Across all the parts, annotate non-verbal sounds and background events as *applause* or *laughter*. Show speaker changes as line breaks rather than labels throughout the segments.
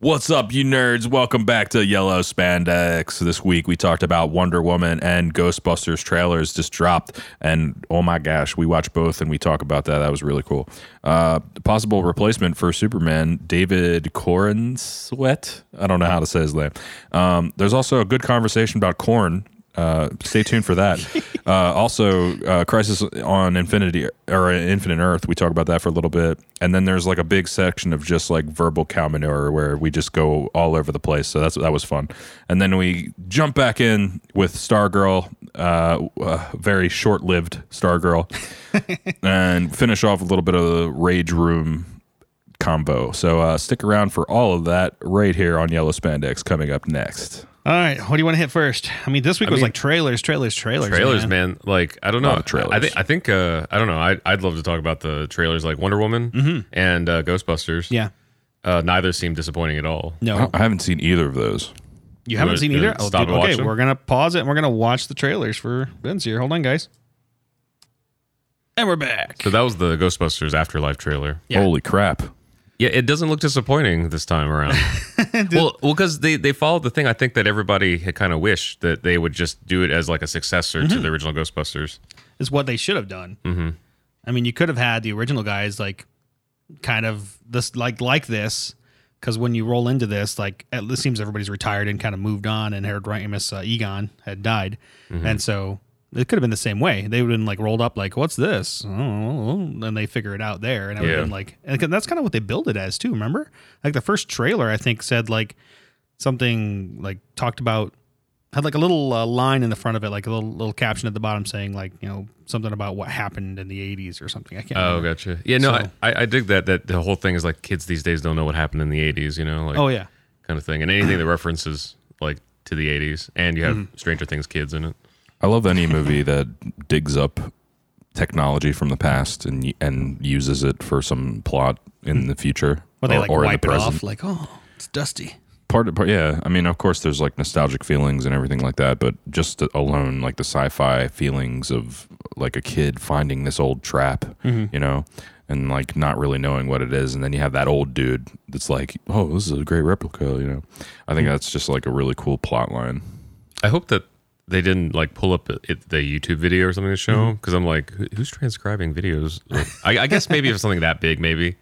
What's up, you nerds? Welcome back to Yellow Spandex. This week we talked about Wonder Woman and Ghostbusters trailers just dropped. And oh my gosh, we watched both and we talk about that. That was really cool. Uh, possible replacement for Superman, David Cornsweet. I don't know how to say his name. Um, there's also a good conversation about corn. Uh, stay tuned for that. uh, also, uh, Crisis on Infinity or Infinite Earth. We talk about that for a little bit, and then there's like a big section of just like verbal cow manure where we just go all over the place. So that's that was fun. And then we jump back in with Stargirl, uh, uh, very short-lived Stargirl, and finish off a little bit of the Rage Room combo. So uh, stick around for all of that right here on Yellow Spandex coming up next.
All right, what do you want to hit first? I mean, this week was like trailers, trailers, trailers.
trailers, man. Like I don't know.
lot of trailers.
I think I think uh, I don't know. I I'd love to talk about the trailers like Wonder Woman and uh, Ghostbusters.
Yeah.
Uh, neither seemed disappointing at all.
I
No,
I haven't seen either of those.
you haven't
wanna-
seen
you
either.
wanna
Oh,
stop
dude,
and
okay,
watch them?
we're gonna pause it and we're gonna watch the trailers for Ben's here. Hold on, guys. And we're back.
So that was the Ghostbusters Afterlife trailer.
Yeah.
Holy crap.
Yeah, it doesn't look disappointing this time around. well, well, because they they followed the thing. I think that everybody had kind of wished that they would just do it as like a successor to the original Ghostbusters.
Is what they should have done. Mm-hmm. I mean, you could have had the original guys like kind of this like like this because when you roll into this, like at- it seems everybody's retired and kind of moved on, and Harold Ramis uh, Egon had died, and so it could have been the same way. They would have been like rolled up, like what's this? Oh, and they figure it out there, and I would have
Yeah.
been like, and that's kind of what they build it as too. Remember, like the first trailer I think said like something like talked about had like a little uh, line in the front of it, like a little little caption at the bottom saying like you know something about what happened in the '80s or something. I can't.
Oh,
remember.
gotcha. Yeah, no,
So-
I, I I dig that. That the whole thing is like kids these days don't know what happened in the '80s. You know, like
Oh yeah.
kind of thing, and anything that references like to the '80s, and you have Stranger Things kids in it.
I love any movie that digs up technology from the past and and uses it for some plot in the future
Well, they like
in the
wipe it off,
present.
like oh, it's dusty.
Part, of- part, yeah. I mean, of course, there's like nostalgic feelings and everything like that, but just alone, like the sci-fi feelings of like a kid finding this old trap,
Mm-hmm.
you know, and like not really knowing what it is, and then you have that old dude that's like, "Oh, this is a great replica," you know. I
Hmm.
think that's just like a really cool plot line.
I hope that they didn't like pull up it, the YouTube video or something to show because I'm like, who, who's transcribing videos? Like, I, I guess maybe if it's something that big, maybe.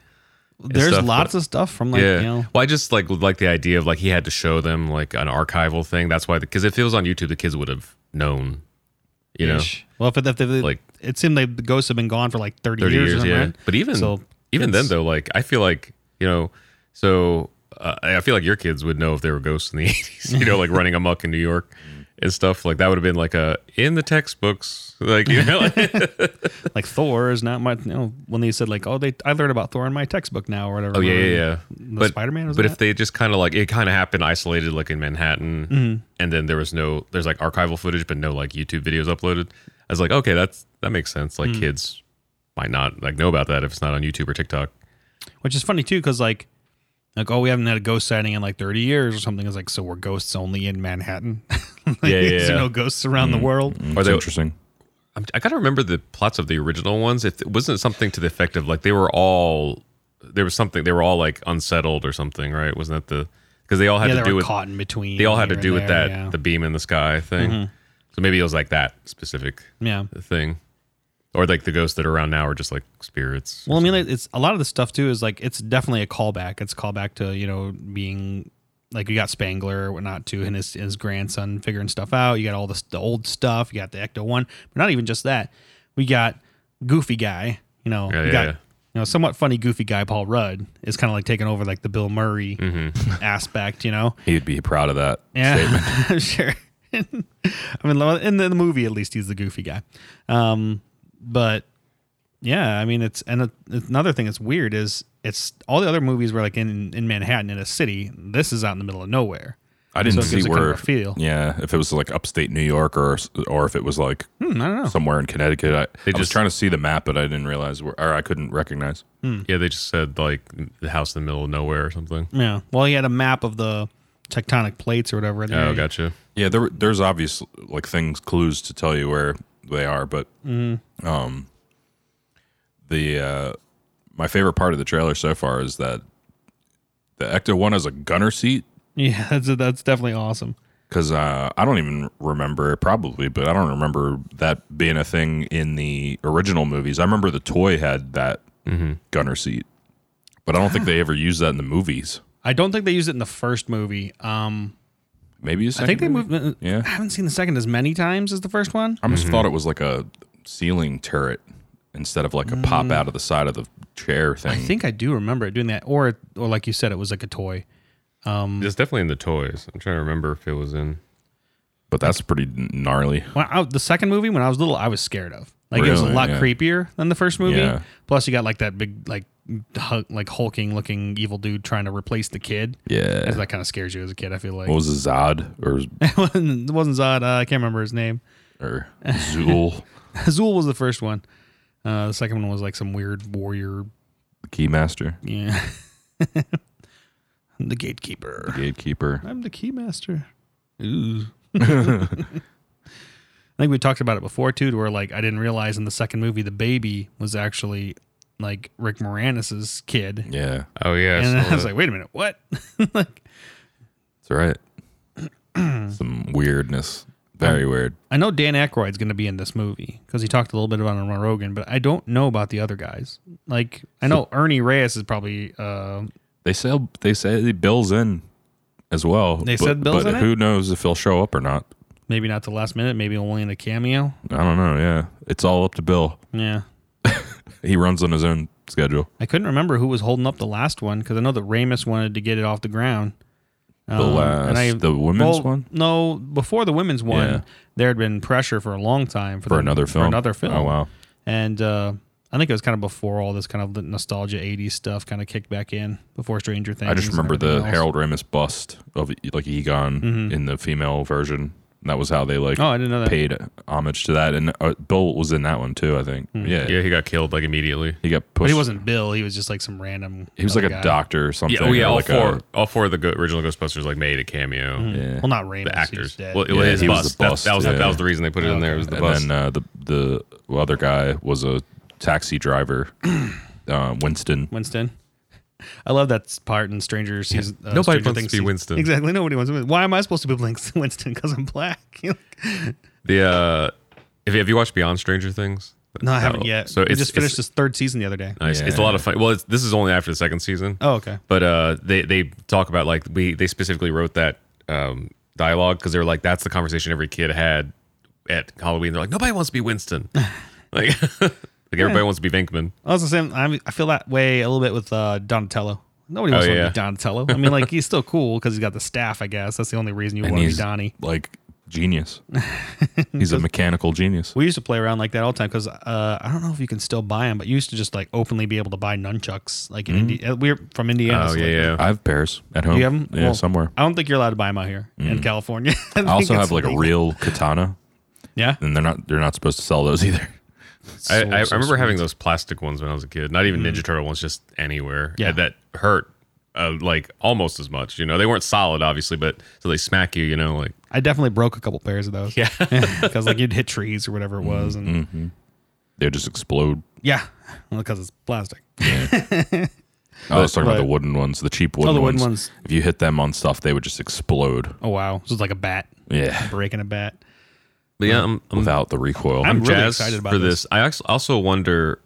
There's
stuff,
lots
but-
of stuff from like
yeah.
you know.
Well, I just like like the idea of like he had to show them like an archival thing. That's why because if it was on YouTube, the kids would have known. You know,
ish. Well, if, it- if, it-
Like-
it seemed like the ghosts have been gone for like 30,
thirty
years,
years,
or something,
yeah.
right?
But even
So
even then
it's-
though, like I feel like you know, so uh, I feel like your kids would know if they were ghosts in the *laughs* eighties. You know, like running amok in New York and stuff like that would have been like a in the textbooks, like
*laughs*
you know.
like Thor is not my you know when they said like oh they I learned about Thor in my textbook now or whatever.
Oh yeah, yeah, yeah. but
Spider-Man was
But
in
if
that?
they just kind of like it kind of happened isolated, like in Manhattan,
Mm-hmm.
and then there was no there's like archival footage, but no like YouTube videos uploaded. I was like, okay, that's that makes sense.
Mm.
Like kids might not like know about that if it's not on YouTube or TikTok.
Which is funny too because like like oh we haven't had a ghost sighting in like 30 years or something. It's like so we're ghosts only in Manhattan. *laughs* like,
Yeah, yeah,
There's
yeah. Mm-hmm.
no ghosts around the world.
It's
they-
interesting.
I'm, I gotta remember the plots of the original ones. If it wasn't something to the effect of like they were all there was something they were all like unsettled or something, right? Wasn't that the because they all had
Yeah,
to
they
do
were
with
caught in between.
they all had to
here
do
and
with
there,
that
Yeah.
the beam in the sky thing. So maybe it was like that specific
yeah.
thing, or like the ghosts that are around now are just like spirits.
Well, I mean, like, it's a lot of the stuff too is like it's definitely a callback. It's a callback to you know being like you got Spangler or whatnot too, and his his grandson figuring stuff out. You got all this the old stuff. You got the Ecto one, but not even just that. We got Goofy guy. You know,
Yeah,
we
yeah,
got
yeah.
you know somewhat funny Goofy guy. Paul Rudd is kind of like taking over like the Bill Murray *laughs*
Mm-hmm.
aspect. You know,
He'd be proud of that.
yeah, *laughs* I'm sure. I mean, in the movie, at least he's the goofy guy. Um, but yeah, I mean, it's and it- another thing that's weird is it's all the other movies were like in in Manhattan in a city. This is out in the middle of nowhere.
I didn't
So it
see
gives it
where
kind of a feel.
Yeah, if it was like upstate New York or or if it was like
Hmm, I don't know.
somewhere in Connecticut. I,
They
I was
just-
trying to see the map, but I didn't realize where, or I couldn't recognize.
yeah, they just said like the house in the middle of nowhere or something.
Yeah. Well, he had a map of the tectonic plates or whatever. in there.
Oh, gotcha.
Yeah, there there's obvious like things clues to tell you where they are, but
Mm-hmm.
um, the uh, my favorite part of the trailer so far is that the Ecto one has a gunner seat
Yeah, *laughs* that's that's definitely awesome.
because uh, I don't even remember it probably, but I don't remember that being a thing in the original movies. I remember the toy had that
Mm-hmm.
gunner seat, but I don't think they ever used that in the movies.
I don't think they used it in the first movie. Um,
Maybe
I think they moved. uh,
Yeah.
I haven't seen the second as many times as the first one.
I just thought it was like a ceiling turret instead of like a
Mm.
pop out of the side of the chair
I
thing.
think I do remember it doing that, or or like you said, it was like a toy.
It's definitely in the toys. I'm trying to remember if it was in.
but that's pretty gnarly.
When I, the second movie, when I was little, I was scared of. Like it was a
Really?
lot
Yeah.
creepier than the first movie.
Yeah.
Plus, you got like that big, like, hu- like hulking looking evil dude trying to replace the kid.
Yeah.
That kind of scares you as a kid. I feel like
What was it, Zod or
it wasn't, *laughs* it wasn't Zod. Uh, I can't remember his name. *laughs*
or Zool?
Azul was the first one. Uh, the second one was like some weird warrior.
Keymaster,
Yeah. *laughs* I'm the gatekeeper.
gatekeeper.
I'm the keymaster. Ooh. *laughs* I think we talked about it before too, to where like I didn't realize in the second movie the baby was actually like Rick Moranis's kid,
Yeah,
Oh yeah,
and *laughs*
saw
I was
that.
like, wait a minute, what? like
that's right.
*clears throat*
Some weirdness. Very
Um,
weird.
I know Dan Aykroyd's going to be in this movie because he talked a little bit about it on Rogan, but I don't know about the other guys. Like I know Ernie Reyes is probably uh,
They say they say Bill's in as well.
They
but-
said Bill's
but
in it?
who knows if he'll show up or not?
maybe not the last minute, maybe only in a cameo.
I don't know. Yeah, it's all up to Bill.
Yeah.
He runs on his own schedule.
I couldn't remember who was holding up the last one because I know that Ramus wanted to get it off the ground. Um,
The last, the women's
well,
one
No, before the women's one,
Yeah.
there had been pressure for a long time for,
for
the-
another film.
For another film.
Oh wow.
And uh, I think it was kind of before all this kind of the nostalgia '80s stuff kind of kicked back in before Stranger Things.
I just
and
remember the
everything else.
Harold Ramis bust of E, like Egon in the female version. And that was how they like
Mm-hmm. Oh, I didn't know that.
paid homage to that. And uh, Bill was in that one too, I think. Yeah,
yeah, he got killed like immediately.
he got pushed.
Mm-hmm. But he wasn't Bill. He was just like some random.
He was like
other
a
guy.
doctor or something.
Yeah, oh yeah,
or
all
like
four, Mm.
a-
all four of the go- original Ghostbusters like made a cameo.
yeah.
Well, not Ramus.
The actors,
He was dead.
well, it
Yeah,
was his
he was
bus.
the
That-
bus,
That, was
yeah.
that was the reason they put it in there. It was the
and
bus.
then uh, the the other guy was a taxi driver, *clears throat* uh, Winston.
Winston. I love that part in Stranger Season. Uh,
Nobody
Stranger
wants to
Things
be
season-
Winston.
Exactly. Nobody wants to be. Why am I supposed to be Blinks- *laughs* Winston? Because I'm black. *laughs* You know?
the uh, have you, have you watched Beyond Stranger Things?
no, I haven't yet. So
So
we
it's
just
it's- Uh.
finished this third season the other day.
Nice. It's a lot of fun. Well, it's, this is only after the second season.
Oh, okay.
But uh, they they talk about like we they specifically wrote that um, dialogue because they were like that's the conversation every kid had at Halloween. They're like nobody wants to be Winston. *laughs* like, like everybody wants to be Venkman.
I was the same. I'm, I feel that way a little bit with uh, Donatello. Nobody wants
Oh,
to
yeah.
be Donatello. I mean, like he's still cool because he's got the staff. I guess that's the only reason you
And
want to be
he's
Donnie.
like genius. He's a mechanical genius.
We used to play around like that all the time because uh, I don't know if you can still buy them, but you used to just like openly be able to buy nunchucks. Like in Indi- uh, we're from Indiana.
Hmm? Oh
so,
yeah,
like,
yeah.
I have pairs at home.
Do you have them?
Oh, Yeah, somewhere.
I don't think you're allowed to buy them out here in California. *laughs*
I also have like a real katana,
yeah.
and they're not they're not supposed to sell those *laughs* either.
I,
So-
I
so
remember
sweet. Mm-hmm.
having those plastic ones when I was a kid. Not even Ninja Turtle ones, just anywhere.
Yeah.
Yeah, that hurt uh, like almost as much. You know, they weren't solid, obviously, but so they smack you. You know, like
I definitely broke a couple pairs of those. *laughs* Yeah, because like you'd hit trees or whatever it was, and
They just explode.
yeah, because it's plastic.
I was talking about
but-
the wooden ones, the cheap wooden,
the wooden ones.
If you hit them on stuff, they would just explode.
Oh wow, so it's like a bat
Yeah,
breaking a bat.
but yeah, I'm, I'm,
without the recoil.
Hmm. I'm
really
jazzed
excited about
for
this.
this. I ax- also wonder,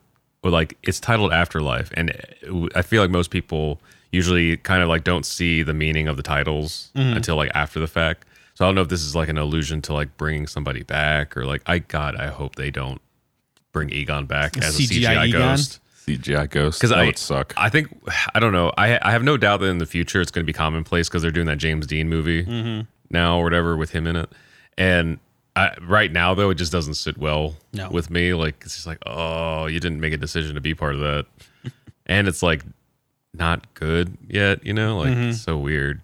well, like it's titled Afterlife, and it- I feel like most people usually kind of like don't see the meaning of the titles
Mm-hmm.
until like after the fact. So I don't know if this is like an allusion to like bringing somebody back or like I God, I hope they don't bring Egon back as a
CGI
CGI
Egon?
ghost.
CGI ghost.
because
that
I
would suck.
I think I don't know. I I have no doubt that in the future it's going to be commonplace because they're doing that James Dean movie
Mm-hmm.
now or whatever with him in it. And I, right now though, it just doesn't sit well
No.
with me. Like it's just like, oh, you didn't make a decision to be part
*laughs*
of that, and it's like not good yet. You know, like
Mm-hmm.
it's so weird.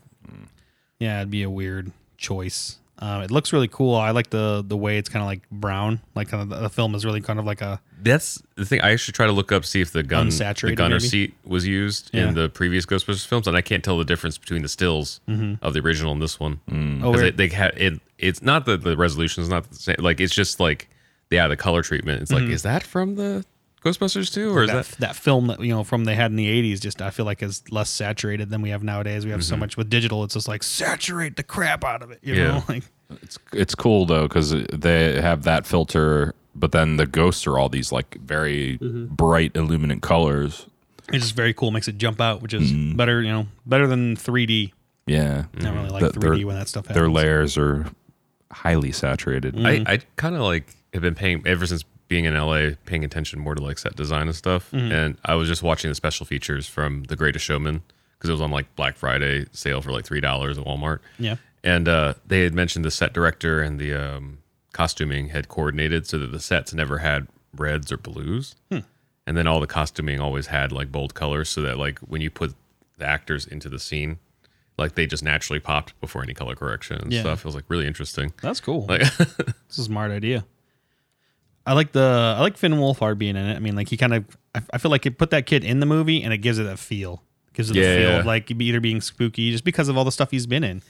Yeah, it'd be a weird choice. Um, it looks really cool. I like the the way it's kind of like brown. Like kind of the, the film is really kind of like a
That's the thing. I actually try to look up see if the gun, the
Unsaturated,
gunner
maybe?
seat was used
Yeah.
in the previous Ghostbusters films, and I can't tell the difference between the stills
Mm-hmm.
of the original and this one.
oh
Because
weird.
they have it. It's not that the resolution is not the same. Like it's just like yeah, the color treatment. It's like is that from the Ghostbusters too, or is
that,
that?
that film that you know from they had in the 80s just i feel like is less saturated than we have nowadays we have so much with digital it's just like saturate the crap out of it you
Mm-hmm. Yeah.
know *laughs* like
It's it's cool though because they have that filter, but then the ghosts are all these like very
Mm-hmm.
bright, illuminant colors.
it's just very cool makes it jump out which is
Mm-hmm.
better you know better than 3d
Yeah,
i don't really like
That-
3d
they're-
when that stuff happens
their layers are highly saturated.
Mm.
I, I kind of like have been paying ever since being in LA, paying attention more to like set design and stuff. And I was just watching the special features from The Greatest Showman because it was on like Black Friday sale for like three dollars at Walmart.
yeah
And uh, they had mentioned the set director and the um, costuming had coordinated so that the sets never had reds or blues. And then all the costuming always had like bold colors so that like when you put the actors into the scene, like they just naturally popped before any color correction and
Yeah.
stuff. It was like really interesting.
that's cool
Like, *laughs*
It's a smart idea. I like the I like Finn Wolfhard being in it. I mean, like he kind of I, I feel like it put that kid in the movie and it gives it that feel, gives it the
Yeah,
feel
yeah.
of like either being spooky just because of all the stuff he's been in.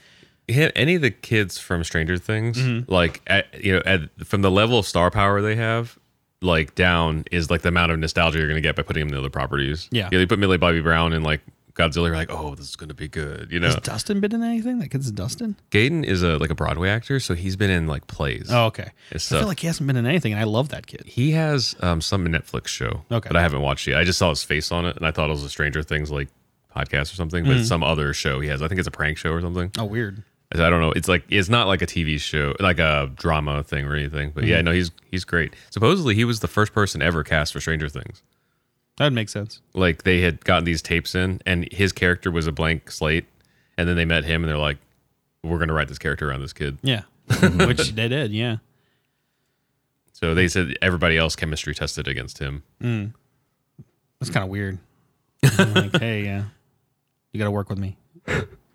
hit any of the kids from Stranger Things,
Mm-hmm.
like at, you know, at, from the level of star power they have, like down is like the amount of nostalgia you're gonna get by putting them in the other properties.
Yeah.
you know, they put Millie Bobby Brown and like Godzilla. You're like, oh, this is gonna be good. You know,
Has Dustin been in anything? That kid's Dustin.
Gaten is a like a Broadway actor, so he's been in like plays.
Oh, okay.
It's,
I
uh,
feel like he hasn't been in anything, and I love that kid.
He has um, some Netflix show,
Okay.
but I haven't watched it. I just saw his face on it, and I thought it was a Stranger Things like podcast or something,
Mm-hmm.
but it's some other show he has. I think it's a prank show or something.
Oh, weird.
I don't know. It's like it's not like a TV show, like a drama thing or anything. But yeah, no, he's he's great. Supposedly, he was the first person ever cast for Stranger Things.
That would make sense.
Like they had gotten these tapes in, and his character was a blank slate. And then they met him, and they're like, "We're gonna write this character around this kid."
Yeah,
Mm-hmm.
which they did. Yeah.
So they said everybody else chemistry tested against him. *laughs*
That's kind of weird. I'm like, hey, yeah, you got to work with me.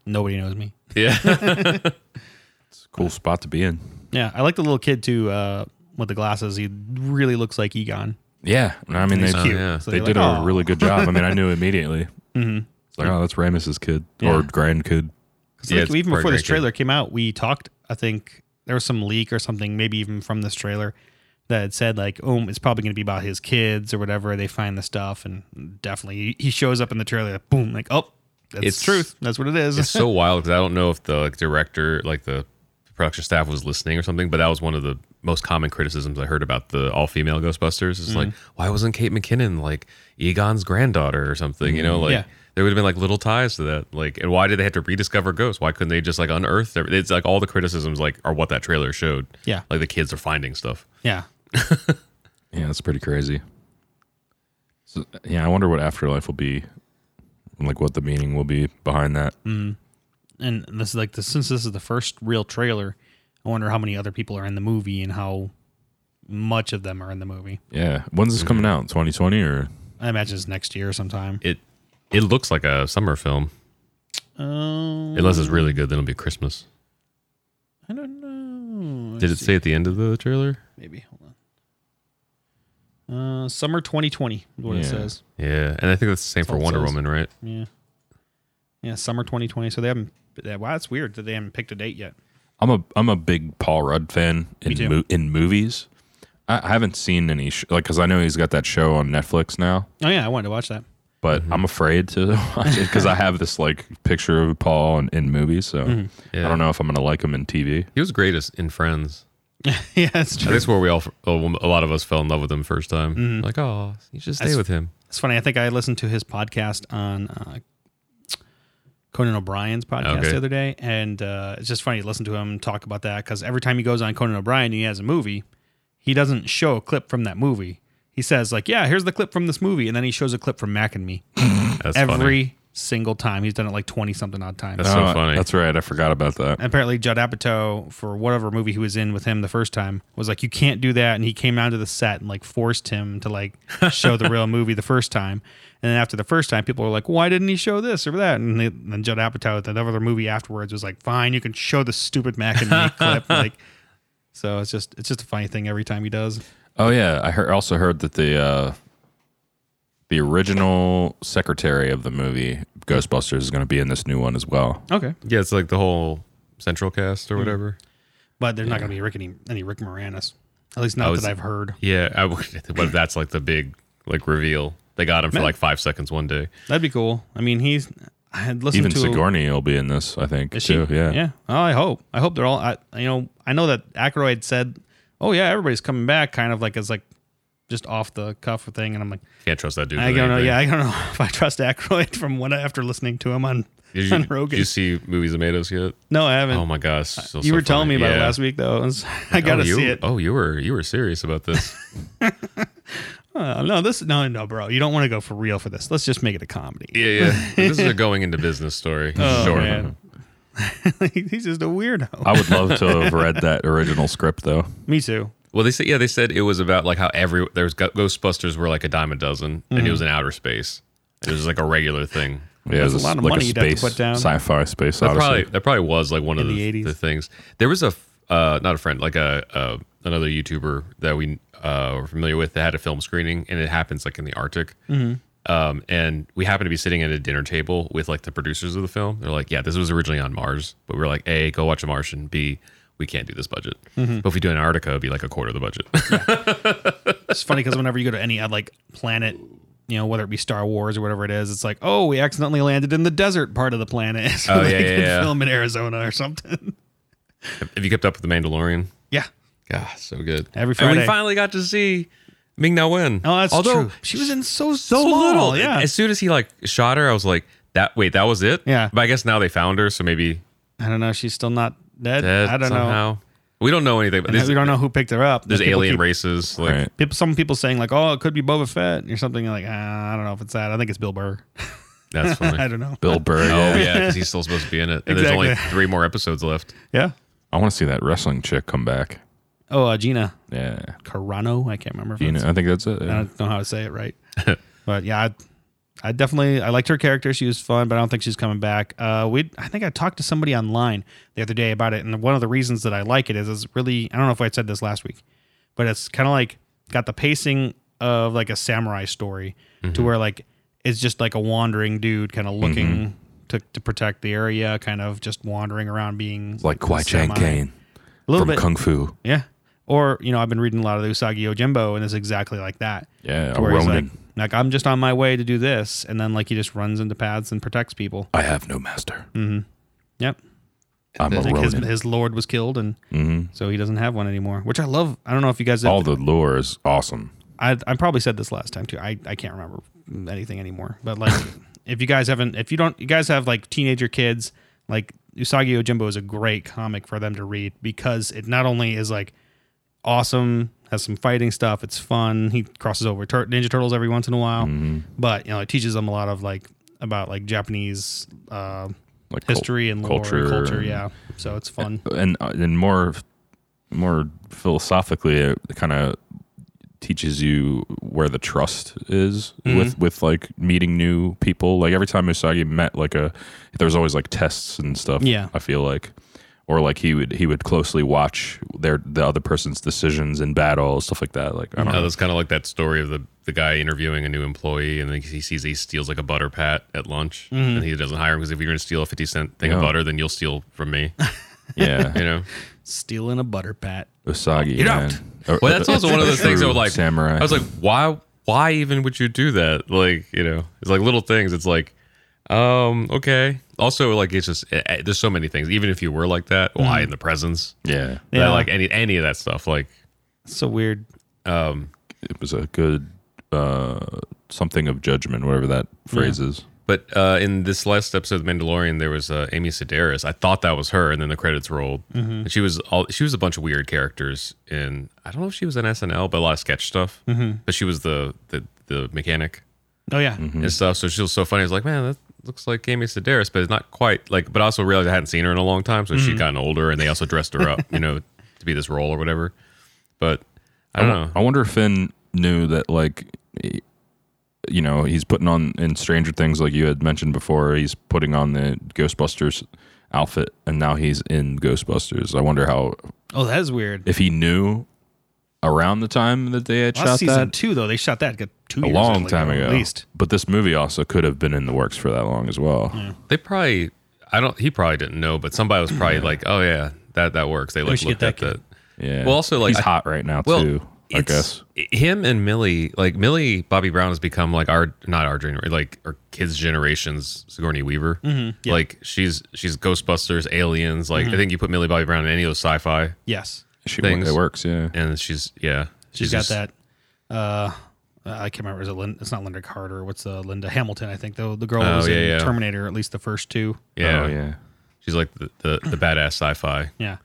Nobody knows me.
Yeah,
It's a cool spot to be in.
Yeah, I like the little kid too uh, with the glasses. He really looks like Egon.
Yeah, I mean they,
He's cute.
yeah.
So
they
you're
did
like,
a
"Aw." Mm-hmm.
really good job. I mean
*laughs*
I knew immediately. It's like oh that's Ramus's kid
Yeah.
or grandkid.
So
Yeah,
like,
it's
even before this
pretty great game.
trailer came out, we talked. I think there was some leak or something, maybe even from this trailer, that had said like, "Oh, it's probably going to be about his kids or whatever." They find the stuff, and definitely he shows up in the trailer. like, Boom! Like, oh, that's
It's-
truth. That's what it is.
it's so wild because I don't know if the like, director, like the production staff, was listening or something. But that was one of the most common criticisms I heard about the all-female Ghostbusters. It's like,
Mm-hmm.
why wasn't Kate McKinnon like Egon's granddaughter or something? You know,
Mm-hmm.
like
Yeah.
there would have been like little ties to that. Like, and why did they have to rediscover ghosts? Why couldn't they just like unearth? Every- it's like all the criticisms like are what that trailer showed.
*laughs* Yeah.
like the kids are finding stuff.
yeah,
Yeah, that's pretty crazy. So, yeah, I wonder what afterlife will be, and, like what the meaning will be behind that.
Mm. and this is like the since this is the first real trailer, I wonder how many other people are in the movie and how much of them are in the movie.
Yeah, when's this coming
Mm-hmm.
out? Twenty twenty or
I imagine it's next year sometime.
It it looks like a summer film.
Um,
Unless it's
Mm-hmm.
really good, then it'll be Christmas.
I don't know.
Did it say at the end of the trailer?
Maybe hold on. Uh, summer 2020 is what
Yeah.
it says.
Yeah, and I think that's the same for
all it
Wonder
says.
Woman, right?
Yeah, yeah, summer 2020. So they haven't. that- Wow, that's weird that they haven't picked a date yet.
I'm a I'm a big Paul Rudd fan
too.
in mo- in movies. I, I haven't seen any sh- like because I know he's got that show on Netflix now,
Oh yeah, I wanted to watch that. *laughs*
but
Mm-hmm.
I'm afraid to *laughs* watch it because I have this like picture of Paul in, in movies. So I
Mm-hmm.
Yeah.
don't know if I'm gonna like him in TV.
He was greatest in Friends.
yeah, that's true.
That's where we all, a lot of us, fell in love with him first time. Like, oh, you should stay
That's-
with him.
It's funny. I think I listened to his podcast on uh, Conan O'Brien's podcast
Okay.
the other day, and uh, it's just funny to listen to him talk about that because every time he goes on Conan O'Brien and he has a movie, he doesn't show a clip from that movie. He says like, "Yeah, here's the clip from this movie," and then he shows a clip from Mac and Me
That's
every
funny.
single time. He's done it like twenty something odd times.
That's so
Oh,
funny.
That's right. I forgot about that.
And apparently Judd Apatow for whatever movie he was in with him the first time was like you can't do that and he came down to the set and like forced him to
*laughs*
like show the real movie the first time and then after the first time people were like why didn't he show this or that and they- then Judd Apatow at that other movie afterwards was like fine you can show the stupid Mac and me
*laughs*
clip like so it's just it's just a funny thing every time he does
Oh yeah, I heard, also heard that the uh, the original secretary of the movie Ghostbusters is going to be in this new one as well.
okay
yeah, it's like the whole central cast or whatever.
but there's not gonna be Rick any, any Rick Moranis at least
I
not
was-
that I've heard
*laughs* Yeah, I, would- but that's like the big like reveal. They got him for like five seconds one day.
That'd be cool. I mean, he's. I had listened
Even
to
Sigourney will be in this, I think.
Is
too. Yeah.
Yeah. Oh, I hope. I hope they're all. I, you know, I know that Aykroyd said, "Oh yeah, everybody's coming back," kind of like as like just off the cuff thing, and I'm like,
Can't trust that dude.
I
with
don't know.
anything.
Yeah, I don't know *laughs* if I trust Aykroyd *laughs* from what I- after listening to him on
*laughs* Did you,
on
did
Rogan.
you see movies tomatoes yet?
no, I haven't.
Oh my gosh! still
you
so
were telling
funny.
me about it
Yeah.
last week though. I, was- *laughs* I
Oh,
gotta
you-
see it.
Oh, you were you were serious about this.
Uh, no, this no no bro. You don't want to go for real for this. Let's just make it a comedy.
*laughs* yeah, yeah. *laughs* This is a going into business story.
Oh,
sure. Uh,
man. *laughs* He's just a weirdo.
I would love to have read that original script though.
me too.
Well, they said yeah. They said it was about like how every there's go- Ghostbusters were like a dime a dozen, and it was in outer space. And it was like a regular thing.
Yeah,
That's
it was
a lot of
like
money
a
you'd have to
space,
put down.
sci-fi space
That
odyssey.
probably that probably was like one of
In
the,
the 80s.
the things. There was a f- uh, not a friend like a uh, another YouTuber that we uh, were familiar with that had a film screening, and it happens like in the Arctic. Um, and we happened to be sitting at a dinner table with like the producers of the film. They're like, "Yeah, this was originally on Mars, but we were like, A, go watch a Martian. B, we can't do this budget. But if we do Antarctica, it'd be like a quarter of the budget." *laughs*
It's funny because whenever you go to any uh, like planet, you know, whether it be Star Wars or whatever it is, it's like, oh, we accidentally landed in the desert part of the planet. *laughs* so
Oh,
they
yeah, yeah,
could
yeah.
Film in Arizona or something. *laughs*
Have you kept up with the Mandalorian?
yeah.
God, so good.
Every
And
Friday.
we finally got to see Ming Na Wen.
Oh, that's
Although
true. She was in so
so
small,
little.
Yeah.
As soon as he like shot her, I was like, "That wait, that was it."
Yeah.
But I guess now they found her, so maybe
I don't know. She's still not dead.
dead
I don't know.
somehow. We don't know anything. But
And
there's,
we don't know who picked her up. *laughs*
there's
People
alien
keep-
races. Like,
Right.
People, some people saying like, "Oh, it could be Boba Fett" or something. Like, ah, I don't know if it's that. I think it's Bill Burr. *laughs*
that's funny.
I don't know.
Bill Burr.
Oh
yeah.
yeah, because he's still supposed to be in it. And there's only
Exactly.
three more episodes left.
Yeah.
I want to see that wrestling chick come back.
Oh, uh, Gina
Yeah.
Carano. I can't remember. if
You
it's-
know, I think that's it.
I don't know how to say it right. *laughs* but yeah, I, I definitely I liked her character. She was fun, but I don't think she's coming back. Uh, we I think I talked to somebody online the other day about it, and one of the reasons that I like it is it's really I don't know if I said this last week, but it's kind of like got the pacing of like a samurai story
Mm-hmm.
to where like it's just like a wandering dude kind of looking.
Mm-hmm.
To, to protect the area, kind of just wandering around, being
Like Kwai Chang
semi-
Kane
a little
from
bit,
Kung Fu.
yeah. Or you know, I've been reading a lot of the Usagi Yojimbo, and it's exactly like that.
Yeah,
To
a
where he's like,
ronin.
like I'm just on my way to do this, and then like he just runs into paths and protects people.
I have no master.
Yep.
I'm a
Like Mm. his,
ronin. Mm-hmm.
his lord was killed, and so he doesn't have one anymore. Which I love. I don't know if you guys. Have,
All the lore is awesome.
I I probably said this last time too. I I can't remember anything anymore. But *laughs* like, if you guys haven't, if you don't, you guys have like teenager kids, like Usagi Yojimbo is a great comic for them to read because it not only is like awesome, has some fighting stuff. It's fun. He crosses over tur- Ninja Turtles every once in a while, but you know it teaches them a lot of like about like Japanese uh,
Like cult-
history and lore
culture
and culture.
and-
Yeah, so it's fun.
and uh, and more more philosophically it kind of teaches you where the trust is
Mm-hmm.
with with like meeting new people like every time Usagi met like a there was always like tests and stuff
Yeah.
I feel like or like he would he would closely watch their the other person's decisions in battle stuff like that like I don't
Uh,
know
that's kind of like that story of the the guy interviewing a new employee, and then he sees he steals like a butter pat at lunch,
Mm-hmm.
and he doesn't hire him because if you're going to steal a fifty cent thing of
Yeah.
butter, then you'll steal from me.
yeah
*laughs*
You know.
*laughs* Stealing a butter pat.
Usagi
Get out.
man Or-
Well, that's also one of those things that
True
would like
samurai
I was like, why? Why even would you do that? Like, you know, it's like little things. It's like, um, okay. Also, like, it's just eh, eh, there's so many things. Even if you were like that, why in the presence?
Mm. yeah
That,
Yeah.
like any any of that stuff. Like,
It's so weird.
um,
it was a good uh something of judgment whatever that phrase is
but uh, in this last episode of Mandalorian, there was uh, Amy Sedaris. I thought that was her, and then the credits rolled.
Mm-hmm.
And she was all she was a bunch of weird characters in. I don't know if she was in SNL, but a lot of sketch stuff.
Mm-hmm.
But she was the the the mechanic.
Oh yeah.
and stuff. So she was so funny. I was like, man, that looks like Amy Sedaris, but it's not quite like. But I also realized I hadn't seen her in a long time, so she'd gotten older, and they also dressed her up, you *laughs* know, to be this role or whatever. But I don't know.
I wonder if Finn knew that, like, eh, you know, he's putting on in Stranger Things, like you had mentioned before, he's putting on the Ghostbusters outfit, and now he's in Ghostbusters. I wonder how
Oh, that is weird.
if he knew around the time that they had
Last
shot
season
that
two though, they shot that good two
a
years
long
early,
time ago,
at least.
But this movie also could have been in the works for that long as well.
They probably. I don't. He probably didn't know, but somebody was probably like, oh yeah, that that works. They like
should
looked
get
at
that
that.
Yeah.
Well, also, like,
he's
I-
hot right now
Well,
too. I guess.
him and Millie, like Millie Bobby Brown has become like our not our generation, like our kids' generations Sigourney Weaver.
yeah.
Like she's she's Ghostbusters, Aliens. Like I think you put Millie Bobby Brown in any of those sci-fi,
Yes.
She,
Things.
It works, yeah.
and she's yeah,
She's got
just-
that. Uh, I can't remember. Is it Lin- it's not Linda Carter. What's uh, Linda Hamilton? I think though the girl who
Oh,
was
yeah,
in
yeah.
Terminator, at least the first two.
Yeah,
Oh, yeah.
she's like the, the the badass sci-fi
Yeah,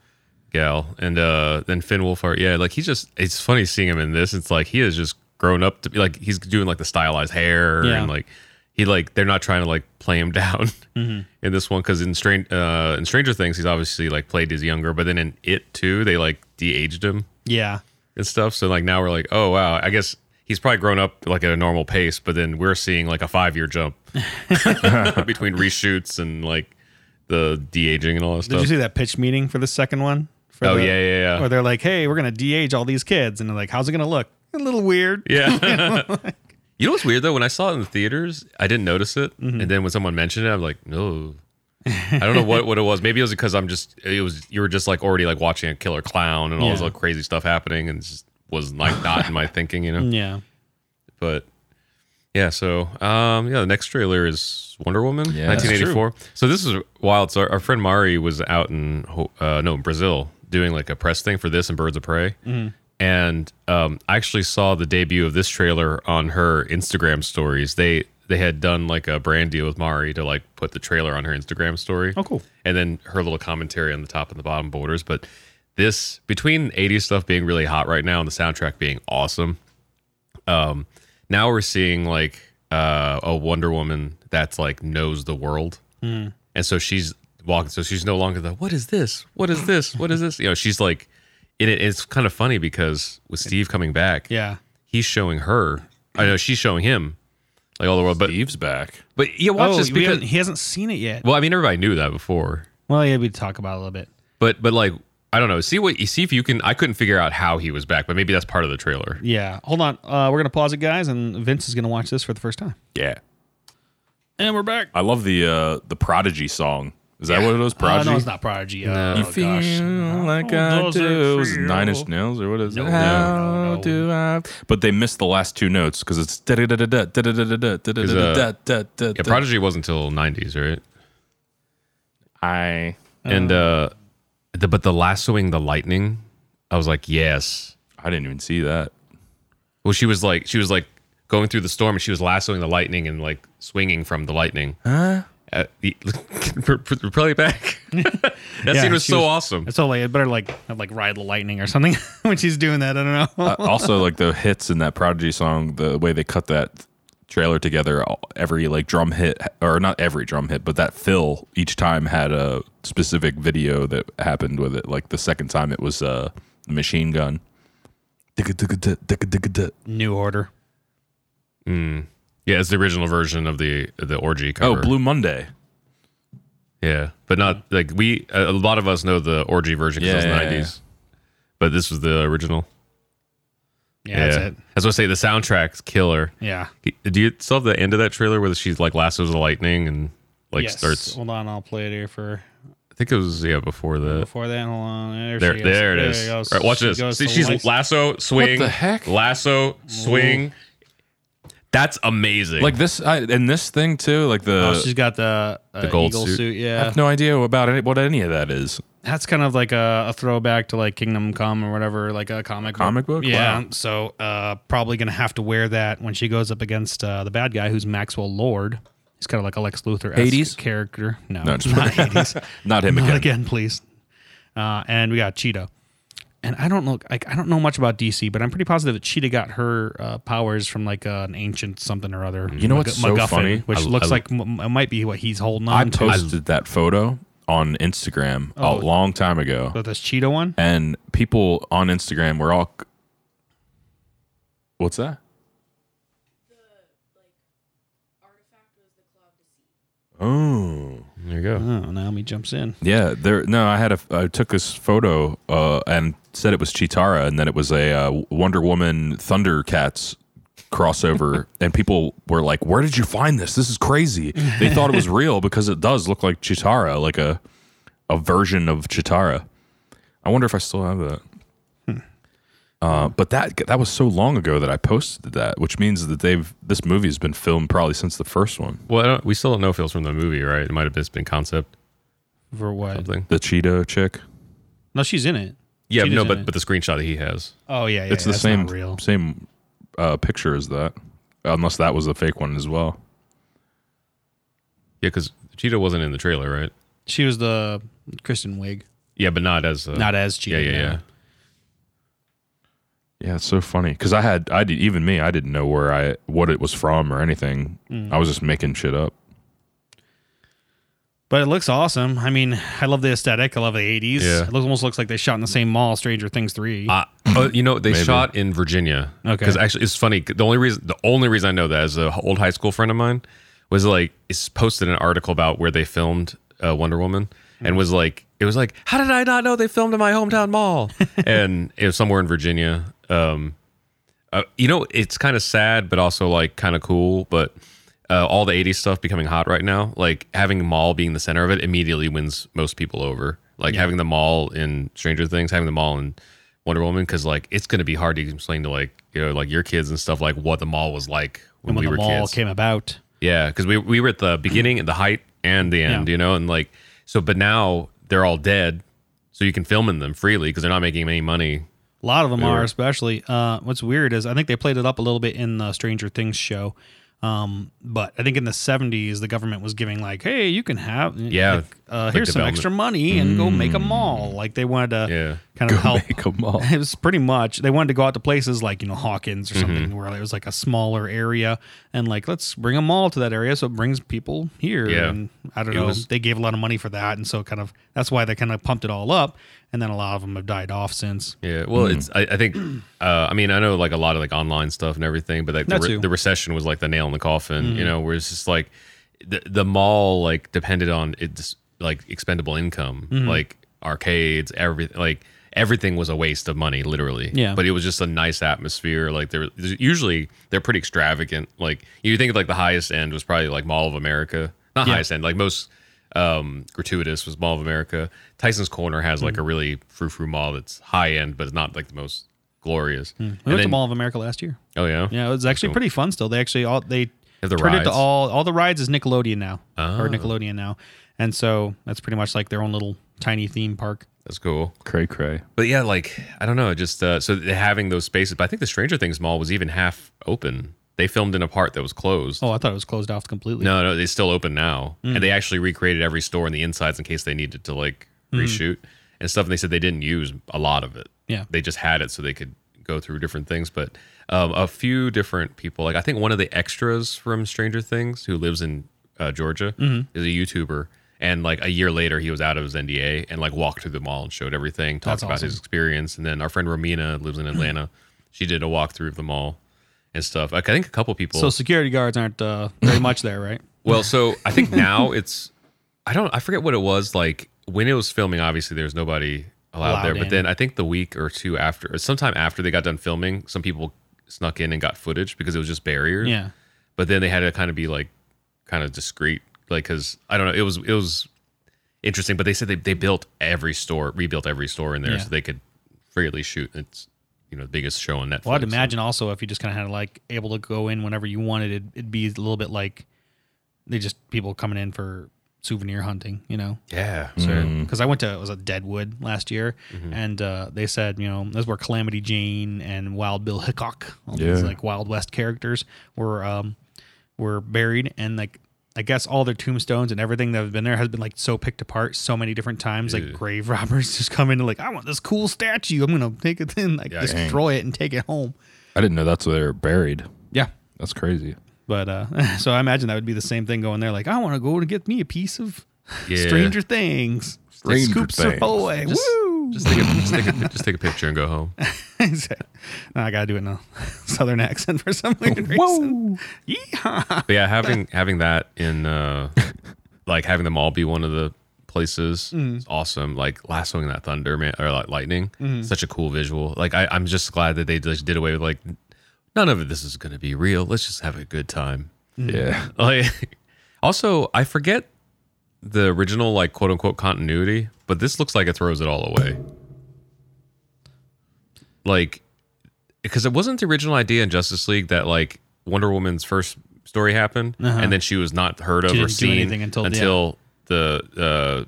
gal, and uh then Finn Wolfhard. Yeah, like he's just it's funny seeing him in this. It's like he has just grown up to be like he's doing like the stylized hair
Yeah.
and like he like they're not trying to like play him *laughs* down
Mm-hmm.
in this one because in Strange uh in Stranger Things he's obviously like played as younger, but then in It too they like de-aged him
yeah,
and stuff. So like now we're like, oh wow, I guess he's probably grown up like at a normal pace, but then we're seeing like a five year jump *laughs* between reshoots and like the de aging and all that
Did
stuff.
you see that pitch meeting for the second one? For
Oh,
the-
yeah, yeah, yeah.
Where they're like, "Hey, we're gonna de-age all these kids," and they're like, "How's it gonna look? A little weird." *laughs*
yeah. you know what's weird though? When I saw it in the theaters, I didn't notice it,
Mm-hmm.
and then when someone mentioned it, I'm like, no. I don't know what, what it was. Maybe it was because I'm just it was you were just like already like watching a killer clown and all this
Yeah.
like, crazy stuff happening and it just was like not in my thinking, you know.
Yeah.
but yeah so um yeah the next trailer is wonder woman
Yeah. That's
1984 so this is wild so our, our friend mari was out in Ho- uh no in brazil doing like a press thing for this and birds of prey
Mm-hmm.
and um i actually saw the debut of this trailer on her instagram stories they they had done like a brand deal with mari to like put the trailer on her instagram story
Oh, cool.
and then her little commentary on the top and the bottom borders but this between 80s stuff being really hot right now and the soundtrack being awesome um now we're seeing like uh a wonder woman that's like knows the world
Hmm.
and so she's walking so she's no longer the what is this what is this what is this you know she's like and it, it's kind of funny because with steve coming back
Yeah.
he's showing her i know she's showing him like all the world but
Eve's back.
but yeah watch
oh,
this
we
because
haven't- he hasn't seen it yet.
well i mean everybody knew that before
Well, yeah, we talk about it a little bit.
but but like I don't know. See what you see if you can. I couldn't figure out how he was back, but maybe that's part of the trailer.
Yeah. Hold on. Uh, we're gonna pause it, guys, and Vince is gonna watch this for the first time.
Yeah.
And we're back.
I love the uh the Prodigy song. Is that what it was?
Uh,
Prodigy?
no, it's not Prodigy. Uh,
You
oh,
feel
gosh. Oh,
like I
does it
do. It was
feel?
Nine Inch Nails or what is
No,
it?
no,
How
no, no.
do I? But they missed the last two notes because it's da da da da da da da da da da da da da
Yeah, Prodigy wasn't until '90s, right?
I
and uh, the, but the lassoing the lightning, I was like, yes.
I didn't even see that.
Well, she was like, she was like going through the storm, and she was lassoing the lightning and like swinging from the lightning. Huh? Uh, the- *laughs* play it back. *laughs* that scene was
she
so
was-
awesome.
It's only it better like have like ride the lightning or something *laughs* when she's doing that. I don't know.
Uh, also, like the hits in that Prodigy song, the way they cut that trailer together, all- every like drum hit, or not every drum hit, but that fill each time had a specific video that happened with it. Like the second time, it was uh, machine gun.
New order.
Yeah, it's the original version of the the orgy cover.
Oh, Blue Monday.
Yeah, but not like we. A a lot of us know the orgy version because it
Yeah,
was
yeah, yeah.
nineties, but this was the original.
Yeah, that's it.
That's what I say. The soundtrack's killer.
Yeah.
Do you still have the end of that trailer where she's like lassos the lightning and like
Yes.
starts?
Hold on, I'll play it here for
I think it was yeah before that.
before that. Hold on. There,
Uh, There,
she goes.
there it is.
she goes.
Right, watch
She
this.
goes
See,
to
she's
lights-
lasso swing.
the heck?
Lasso swing. That's amazing.
Like this, I, and this thing too. Like the,
oh, she's got the, uh,
the gold
eagle
suit.
suit.
I
Yeah.
have no idea about any, what any of that is.
that's kind of like a, a throwback to like Kingdom Come or whatever, like a comic
Comic book?
Yeah.
Wow.
So uh, probably gonna have to wear that when she goes up against uh, the bad guy, who's Maxwell Lord. He's kind of like a Lex Luthor
Hades?
character. No,
No,
no
just-
not Hades.
*laughs* Not him
Not
again.
again, please. Uh, and we got Cheetah. And I don't know, like I don't know much about DC, but I'm pretty positive that Cheetah got her uh, powers from like uh, an ancient something or other. You
know what's so funny?
Which
I-
looks
I-
like m- it might be what he's holding
I
on to.
posted that photo on Instagram a long time ago.
But this Cheetah one,
and people on Instagram were all. What's that? Oh
there you go.
oh, Naomi jumps in.
yeah, there. No, I had a. I took this photo uh, and said it was Chitara, and then it was a uh, Wonder Woman Thundercats crossover, and people were like, "Where did you find this? This is crazy." They thought it was real because it does look like Chitara, like a a version of Chitara. I wonder if I still have that. Uh, but that that was so long ago that I posted that, which means that they've this movie has been filmed probably since the first one.
Well, I don't, we still don't know if it was from the movie, right? It might have just been concept
For what?
something.
The Cheeto chick.
No, she's in it.
Yeah,
Cheetah's
no,
in
but
it.
but the screenshot that he has.
Oh yeah, yeah
it's the
that's
same
not real.
same uh, picture as that, unless that was the fake one as well.
Yeah, because Cheetah wasn't in the trailer, right?
She was the Kristen Wiig,
Yeah, but not as uh,
not as cheap.
Yeah, yeah, yeah.
Yeah, it's so funny because I had I did even me I didn't know where I what it was from or anything.
Mm.
I was just making shit
*laughs*
up.
But it looks awesome. I mean, I love the aesthetic. I love the '80s.
Yeah.
It looks, almost looks like they shot in the same mall. Stranger Things three.
Uh, *clears throat* oh, you know, they
Maybe.
shot in Virginia.
Okay.
Because actually, it's funny. The only reason, the only reason I know that is an old high school friend of mine was like, is posted an article about where they filmed uh, Wonder Woman,
Hmm.
and was like, it was like, how did I not know they filmed in my
*laughs*
hometown mall? and it was somewhere in Virginia. Um, uh, you know, it's kind of sad, but also like kind of cool. But uh, all the '80s stuff becoming hot right now, like having mall being the center of it, immediately wins most people over. Like having the mall in Stranger Things, having the mall in Wonder Woman, because like it's going to be hard to explain to like you know like your kids and stuff like what the mall was like when,
and when
we
the
were
mall
kids.
came about,
Yeah, because we we were at the beginning, at the height, and the end, you know, and like so. But now they're all dead, so you can film in them freely because they're not making any money.
a lot of them are. Especially, uh, what's weird is I think they played it up a little bit in the Stranger Things show. Um, but I think in the '70s, the government was giving like, "Hey, you can have
Yeah,
like, uh,
like
here's some
development. Mm.
extra money and go make a mall." Like they wanted to
Yeah.
kind of help
Make 'em all.
*laughs* It was pretty much they wanted to go out to places like you know Hawkins or
Mm-hmm.
something where it was like a smaller area and like let's bring a mall to that area so it brings people here.
Yeah.
And I don't
It
know.
was-
they gave a lot of money for that, and so it kind of that's why they kind of pumped it all up, and then a lot of them have died off since.
Yeah, well,
Hmm.
it's I, I think *clears throat* uh, I mean I know like a lot of like online stuff and everything, but like the,
That
re-
too.
the recession was like the nail in the coffin, you
Mm.
know, where it's just like the the mall like depended on its like expendable income,
Mm-hmm.
like arcades, everything like everything was a waste of money literally
Yeah.
but it was just a nice atmosphere like there there's- usually they're pretty extravagant like you think of like the highest end was probably like mall of america not
Yeah.
highest end like most um, gratuitous was Mall of America. Tyson's Corner has like a
Mm.
really frou frou mall that's high end, but it's not like the most glorious. And
We went to
then-
Hmm. Mall of America last year.
Oh yeah,
Yeah, it was actually
cool.
pretty fun. Still, they actually all they
Have the
turned it
rides? Oh.
to all all the rides is Nickelodeon now or Nickelodeon now, and so that's pretty much like their own little tiny theme park.
that's cool.
*laughs* Cray cray.
But yeah, like I don't know, just uh, so th- having those spaces. But I think the Stranger Things mall was even half open. They filmed in a part that was closed.
Oh, I thought it was closed off completely.
No, no, it's still open now, and they actually recreated every store on the insides in case they needed to like reshoot and stuff. And they said they didn't use a lot of it.
Yeah.
they just had it so they could go through different things. But um, a few different people, like I think one of the extras from Stranger Things, who lives in uh, Georgia,
Mm-hmm.
is a YouTuber. And like a year later, he was out of his NDA and like walked through the mall and showed everything, talked
That's
about
awesome.
his experience. And then our friend Romina
*clears throat*
lives in Atlanta. she did a walkthrough of the mall and stuff. Like I think a couple people.
So security guards aren't uh, very much there, right?
Well, so
*laughs*
I think now it's I don't I forget what it was like when it was filming. Obviously, there was nobody allowed,
Allowed
there, but
in.
then I think the week or two after, or sometime after they got done filming, some people snuck in and got footage because it was just barriers.
Yeah.
But then they had to kind of be like kind of discreet, like because I don't know, it was it was interesting. But they said they they built every store, rebuilt every store in there
Yeah.
so they could freely shoot. It's you know the biggest show on Netflix.
Well, I'd imagine also if you just kind of had like able to go in whenever you wanted, it'd, it'd be a little bit like they just people coming in for souvenir hunting, you know?
Yeah.
So, because I went to it was a Deadwood last year, and uh, they said you know that's where Calamity Jane and Wild Bill Hickok, all these
Yeah.
like Wild West characters, were um, were buried, and like I guess all their tombstones and everything that have been there has been like so picked apart so many different times. Like grave *laughs* robbers just come in and like I want this cool statue, I'm gonna take it and like
Yeah,
destroy it and take it home.
I didn't know that's where they were buried.
Yeah.
That's crazy.
But uh, *laughs* so I imagine that would be the same thing going there. Like I want to go and get me a piece of
Yeah.
Stranger Things.
Stranger
Scoops
Things.
are boy. Woo!
Just take,
*laughs*
a, just, take a, just take a picture and go home.
no, I gotta do it in a *laughs* southern accent for some
Oh,
weird reason. Yeehaw.
But yeah, having having that in uh *laughs* like having them all be one of the places is awesome. Like lassoing that thunder man or like lightning, such a cool visual. Like I, I'm just glad that they just did away with like none of this is gonna be real. Let's just have a good time.
Mm.
Yeah.
*laughs* Like Oh, also I forget the original like quote unquote continuity, but this looks like it throws it all away. Like because it wasn't the original idea in Justice League that like Wonder Woman's first story happened, and then she was not heard of
Uh-huh. She
or
didn't do
seen
anything until- yeah.
the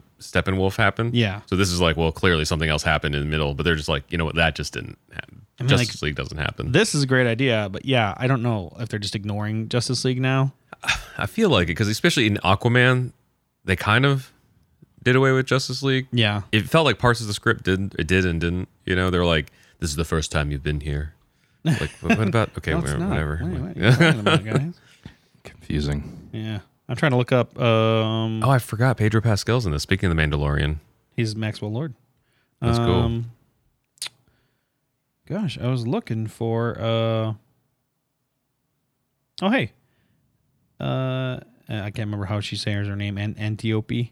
uh, Steppenwolf happened.
Yeah.
So this is like, well, clearly something else happened in the middle, but they're just like, you know what, that just didn't happen.
mean, like-
Justice League doesn't happen.
This is a great idea, but yeah, I don't know if they're just ignoring Justice League now.
I feel like it because especially in Aquaman, they kind of did away with Justice League.
Yeah.
It felt like parts of the script did it did and didn't. You know, they're like, this is the first time you've been
*laughs*
here. Like, what what about? Okay,
No, it's not.
whatever.
What are you-
Like, *laughs*
what are you talking about, guys?
Confusing.
Yeah. I'm trying to look up um
Oh, I forgot Pedro Pascal's in this. Speaking of the Mandalorian,
he's Maxwell Lord.
That's cool.
cool. Gosh, I was looking for uh Oh hey. Uh I can't remember how she says her name and Antiope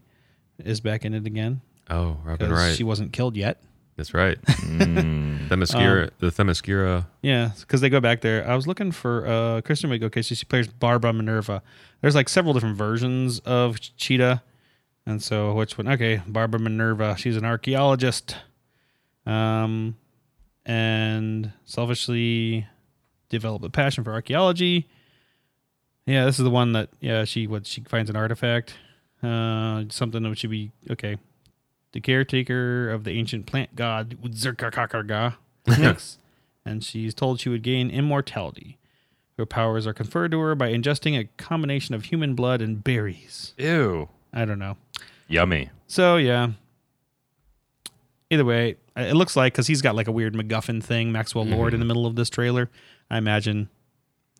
is back in it again
oh, Robin
because
Wright.
she wasn't killed yet.
That's right.
*laughs*
Mm.
Themyscira,
Um,
the Themyscira.
Yeah, because they go back there. I was looking for uh, Kristen Wiig. Okay, so she plays Barbara Minerva. There's like several different versions of Cheetah, and so which one? Okay, Barbara Minerva. She's an archaeologist, um, and selfishly developed a passion for archaeology. Yeah, this is the one that yeah she what she finds an artifact, uh, something that should be okay. The caretaker of the ancient plant god Zerkakakarga. Thanks and she's told she would gain immortality. Her powers are conferred to her by ingesting a combination of human blood and berries.
Ew.
I don't know.
Yummy.
So yeah. Either way, I- it looks like because he's got like a weird MacGuffin thing, Maxwell Lord, in the middle of this trailer. I imagine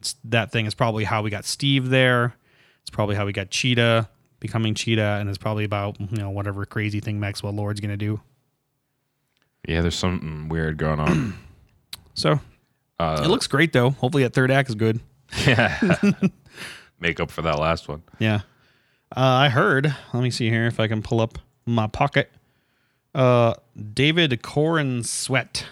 it's, that thing is probably how we got Steve there. It's probably how we got Cheetah becoming Cheetah, and it's probably about you know whatever crazy thing Maxwell Lord's gonna do.
Yeah, there's something weird going on.
*coughs*
*laughs*
So
Uh,
it looks great though. Hopefully that third act is good.
yeah. Make up for that last one.
Yeah. Uh, I heard. Let me see here if I can pull up my pocket. Uh, David Corin Sweat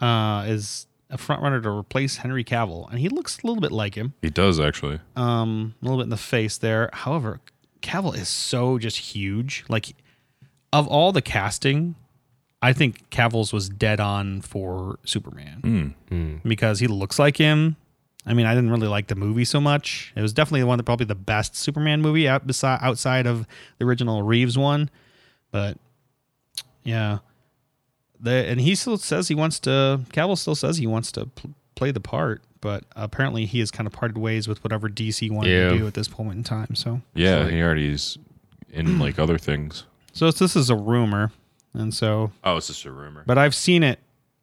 uh, is a front runner to replace Henry Cavill, and he looks a little bit like him,
He does actually.
um, a little bit in the face there. However, Cavill is so just huge. Like, of all the casting, I think Cavill's was dead on for Superman
Hmm.
because he looks like him. I mean, I didn't really like the movie so much. It was definitely the one that probably the best Superman movie out beside outside of the original Reeves one, but yeah. The, and he still says he wants to. Cavill still says he wants to pl- play the part, but apparently he has kind of parted ways with whatever DC wanted to
Yeah.
do at this point in time. So,
Yeah, he already's in like other things.
so it's- this is a rumor, and so
Oh, it's just a rumor.
but I've seen it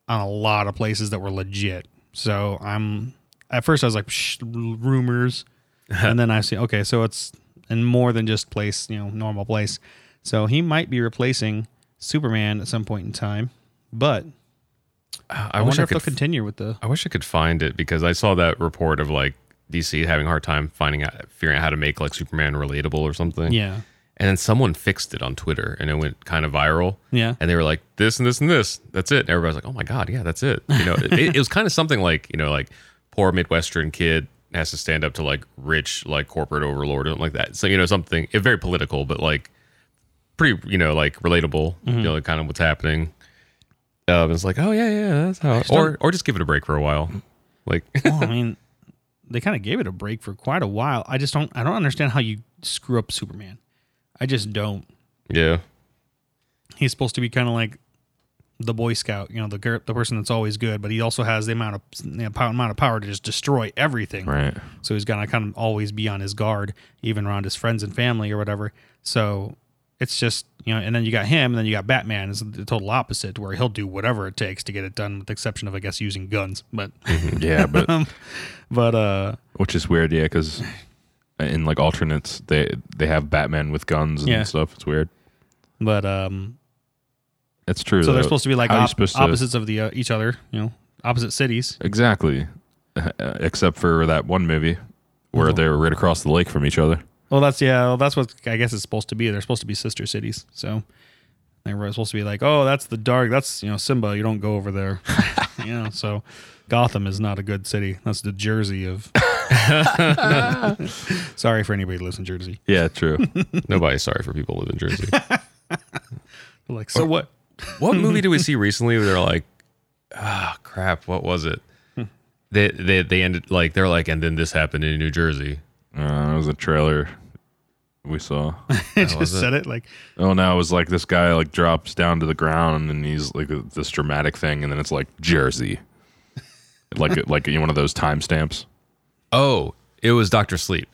on a lot of places that were legit. So I'm at first I was like Shh,
*laughs*
rumors, and then I see okay, so it's in more than just place, you know, normal place. So he might be replacing Superman at some point in time, but
I,
I,
wish
wonder
I
if they'll
could. f-
continue with
*laughs*
the
I wish I could find it because I saw that report of like DC having a hard time finding out, figuring out how to make like Superman relatable or something.
yeah,
And then someone fixed it on Twitter and it went kind of viral.
yeah,
And they were like, this and this and this. That's it. And everybody's like, oh my God, yeah, that's it. You know, it, it was kind of something like, you know, like poor Midwestern kid has to stand up to like rich, like corporate overlord, something like that. So, you know, something it, very political, but like pretty, you know, like relatable, you know, like kind of what's happening. Um, it's like, oh yeah, yeah, that's how, or, or just give it a break for a while. Like, *laughs*
well, I mean, they kind of gave it a break for quite a while. I just don't I don't understand how you screw up Superman. I just don't.
yeah.
he's supposed to be kind of like the Boy Scout, you know, the gir- the person that's always good, but he also has the amount of you know, pow- amount of power to just destroy everything.
Right.
So he's gonna kind of always be on his guard, even around his friends and family or whatever. So it's just you know, and then you got him, and then you got Batman is the total opposite, where he'll do whatever it takes to get it done, with the exception of I guess using guns. But
Yeah, but
*laughs* Um, but uh,
which is weird, yeah, because in like alternates, they they have Batman with guns and
Yeah.
stuff. It's weird.
but um,
It's true.
so they're
though.
supposed to be like
How are you
op-
supposed to-
opposites of the uh, each other, you know, opposite cities.
exactly, *laughs* except for that one movie where they were right across the lake from each other.
Well, that's yeah. Well, that's what I guess it's supposed to be. They're supposed to be sister cities. So they were supposed to be like, oh, that's the dark. That's you know Simba. You don't go over
*laughs*
there. you know. So Gotham is not a good city. That's the Jersey
*laughs*
of. *laughs* Sorry for anybody who lives in Jersey.
Yeah, true.
Nobody's sorry for people who live in Jersey.
They're Like
Oh,
so what? *laughs*
what movie did we see recently where they're like, ah, crap, what was it? They they they ended like they're like, and then this happened in New Jersey.
*laughs* Uh, that was a trailer we
*laughs*
saw.
I just said it like
oh no, it was like this guy like drops down to the ground and he's like this dramatic thing, and then it's like Jersey, like like you know, one of those timestamps.
Oh, it was Doctor Sleep.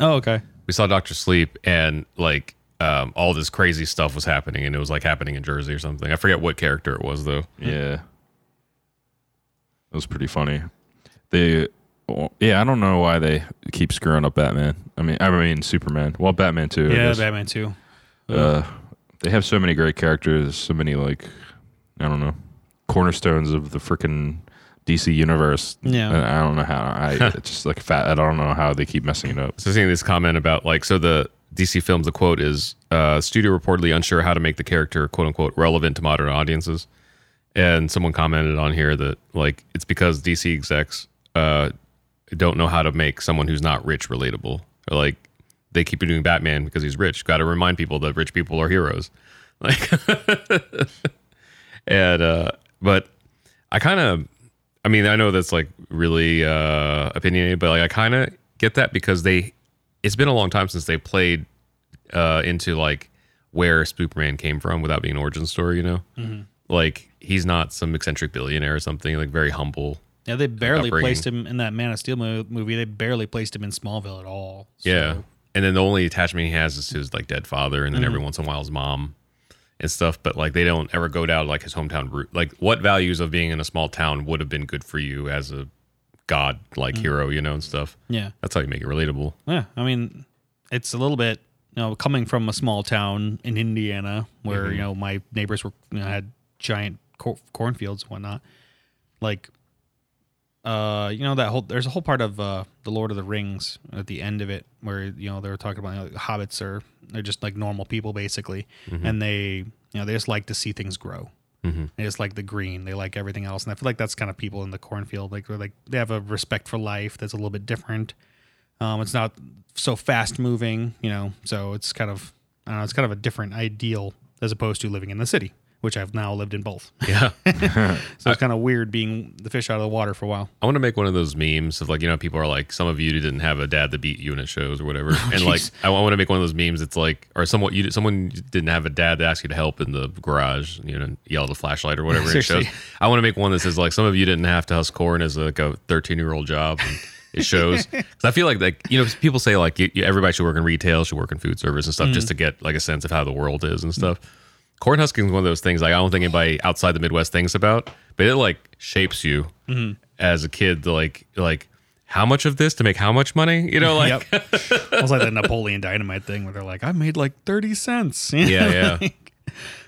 oh okay
We saw Doctor Sleep, and like um, all this crazy stuff was happening, and it was like happening in Jersey or something. I forget what character it was though.
Yeah. That was pretty funny. They oh, yeah, I don't know why they keep screwing up Batman. I mean, I mean Superman. Well, Batman too. I
yeah
guess.
Batman too
Uh, they have so many great characters, so many like I don't know cornerstones of the freaking DC universe.
Yeah.
And I don't know how I it's just like fat. I don't know how they keep messing it up.
So seeing this comment about like so the DC films the quote is uh studio reportedly unsure how to make the character quote unquote relevant to modern audiences. And someone commented on here that like it's because DC execs uh don't know how to make someone who's not rich relatable. Or like they keep doing Batman because he's rich. Got to remind people that rich people are heroes. Like *laughs* and uh but I kind of I mean, I know that's like really uh, opinionated, but like I kind of get that because they, it's been a long time since they played uh, into like where Superman came from without being an origin story. You know, like he's not some eccentric billionaire or something. Like very humble.
yeah they barely
upbringing.
placed him in that Man of Steel mo- movie they barely placed him in Smallville at all So-
Yeah. And then the only attachment he has is to his like dead father, and then every once in a while his mom and stuff. But like they don't ever go down like his hometown route. Like what values of being in a small town would have been good for you as a god like hero, you know, and stuff.
yeah
That's how you make it relatable.
Yeah, I mean, it's a little bit, you know, coming from a small town in Indiana where you know my neighbors were you know, had giant cor- cornfields and whatnot. Like, uh, you know that whole there's a whole part of uh, the Lord of the Rings at the end of it where you know they were talking about you know, the hobbits are they're just like normal people basically, and they you know they just like to see things grow. They just like the green. They like everything else, and I feel like that's kind of people in the cornfield. Like, they're like they have a respect for life that's a little bit different. Um, it's not so fast moving, you know. So it's kind of, I don't know, it's kind of a different ideal as opposed to living in the city, which I've now lived in both.
Yeah.
*laughs* so it's kind of weird being the fish out of the water for a while.
I want to make one of those memes of like, you know, people are like, some of you didn't have a dad that beat you in at shows or whatever. and like,
jeez.
I want to make one of those memes. It's like, or somewhat you, someone didn't have a dad that asked you to help in the garage, you know, yelled a flashlight or whatever. it shows.
Seriously.
I want to make one that says like, some of you didn't have to husk corn as like a 13 year old job. And
*laughs*
it shows. 'Cause I feel like, like, you know, people say like you, you, everybody should work in retail, should work in food service and stuff
Mm.
just to get like a sense of how the world is and stuff. Corn husking is one of those things like I don't think anybody outside the Midwest thinks about, but it like shapes you
Mm-hmm.
as a kid. to, Like like how much of this to make how much money? You know, like
*laughs* yep. It was like that Napoleon Dynamite thing where they're like, I made like 30 cents. *laughs*
*laughs* Yeah, yeah.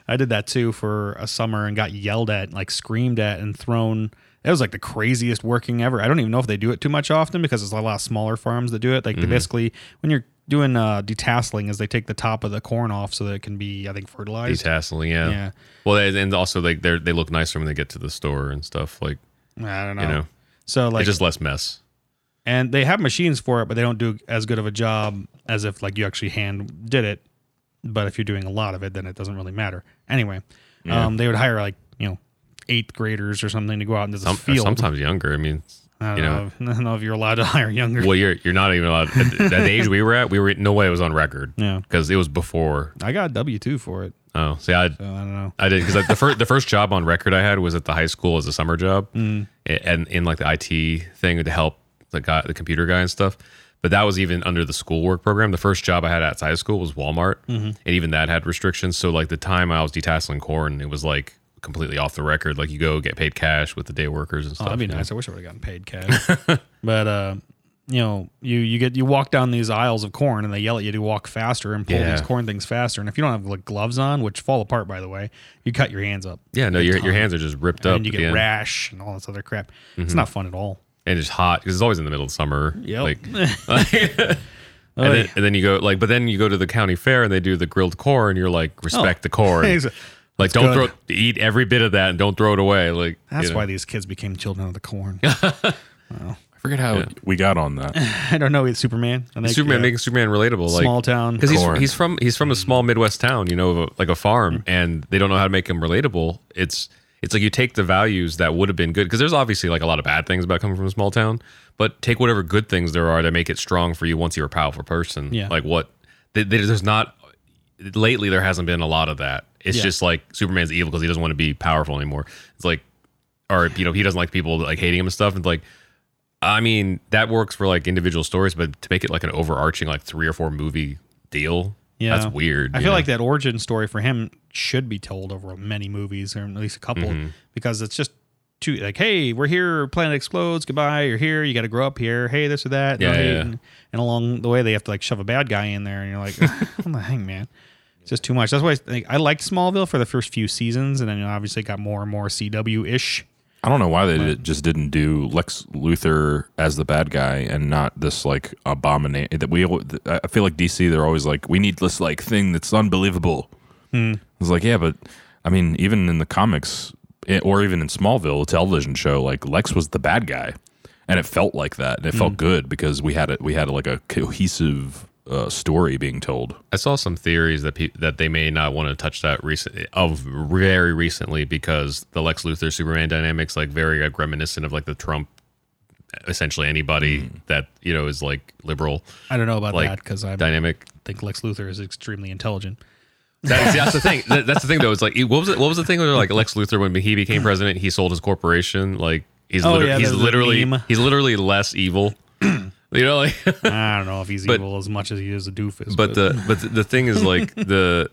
I did that too for a summer and got yelled at, like screamed at, and thrown. It was like the craziest working ever. I don't even know if they do it too much often because it's a lot of smaller farms that do it. Like
Mm-hmm.
they basically, when you're doing uh, detasseling, is they take the top of the corn off so that it can be, I think, fertilized.
detasseling. Yeah.
Yeah.
Well, and and also like they they look nicer when they get to the store and stuff. Like
I don't know.
you know,
so like,
it's just less mess.
and they have machines for it, but they don't do as good of a job as if like you actually hand did it. But if you're doing a lot of it, then it doesn't really matter. Anyway, um, they would hire like you know eighth graders or something to go out into the
Some, or
field.
sometimes younger. I mean,
I don't,
you know.
know. *laughs* if- I don't know if you're allowed to hire younger.
Well, you're you're not even allowed at, the- at the age we were at. We were no way it was on record.
Yeah.
because it was before.
I got a W two for it.
Oh, see, I
So I don't know.
I did because the first the first job on record I had was at the high school as a
*laughs*
summer job,
Mm.
A- and in like the IT thing to help the guy, the computer guy and stuff. But that was even under the schoolwork program. The first job I had outside of school was Walmart,
Mm-hmm.
and even that had restrictions. So like the time I was detasseling corn, it was like completely off the record. Like you go get paid cash with the day workers and
Oh,
stuff.
that'd be
you know?
nice. I wish I would have gotten paid cash. *laughs* but uh, you know, you you get you walk down these aisles of corn and they yell at you to walk faster and pull
Yeah.
these corn things faster. And if you don't have like gloves on, which fall apart by the way, you cut your hands up.
Yeah, no, your your hands are just ripped up,
and
Mm-hmm.
you
at
get
the end.
rash and all this other crap. It's not fun at all.
and it's hot because it's always in the middle of summer.
Yep. *laughs* Oh,
Like, and, then, and then you go like, but then you go to the county fair and they do the grilled corn. You're
Oh.
like, respect
*laughs*
the corn.
Ex-
Like, don't
good.
throw eat every bit of that and don't throw it away. Like, you
That's
know.
why these kids became children of the
*laughs*
corn. *laughs*
I forget how we got on that.
I don't know. It's Superman. I think,
Superman
yeah.
making Superman relatable. Like,
Small town
because he's
corn.
he's
Mm.
from he's from a small Midwest town, you know, of a- like a farm, and they don't know how to make him relatable. It's it's like you take the values that would have been good because there's obviously like a lot of bad things about coming from a small town, but take whatever good things there are that make it strong for you once you're a powerful person.
Yeah.
Like what th- th- there's not lately there hasn't been a lot of that. It's
Yeah.
just like Superman's evil because he doesn't want to be powerful anymore. It's like or you know he doesn't like people like hating him and stuff and like I mean, that works for like individual stories, but to make it like an overarching like three or four movie deal,
Yeah.
that's weird.
I
you
feel
know?
like that origin story for him should be told over many movies or at least a couple
Mm-hmm.
because it's just too like, hey, we're here, planet explodes, goodbye, you're here, you got to grow up here, hey, this or that. no
Yeah, yeah,
hate.
yeah.
And, and along the way, they have to like shove a bad guy in there, and you're like, *laughs* I'm the hang man. It's just too much. That's why I think I liked Smallville for the first few seasons, and then obviously got more and more CW ish.
I don't know why they did, just didn't do Lex Luthor as the bad guy and not this like abomination that we. I feel like DC they're always like we need this like thing that's unbelievable.
Hmm.
It's like yeah, but I mean even in the comics eh, or even in Smallville a television show like Lex was the bad guy, and it felt like that and it
Hmm.
felt good because we had it we had like a cohesive uh, story being told.
I saw some theories that pe- that they may not want to touch that recent of very recently because the Lex Luthor Superman dynamics like very like, reminiscent of like the Trump, essentially anybody
Mm.
that you know is like liberal
I don't know about
Like,
that because I
dynamic.
think Lex Luthor is extremely intelligent.
That, see, that's the thing. That- that's the thing though. It's like it- what was it, what was the thing where like Lex Luthor when he became president he sold his corporation like he's
Oh,
liter-
yeah,
he's
there's a
literally
meme.
he's literally less evil. *clears throat* you know like.
I don't know if
*laughs*
he's evil as much as he is a doofus.
but the but the- the thing is like the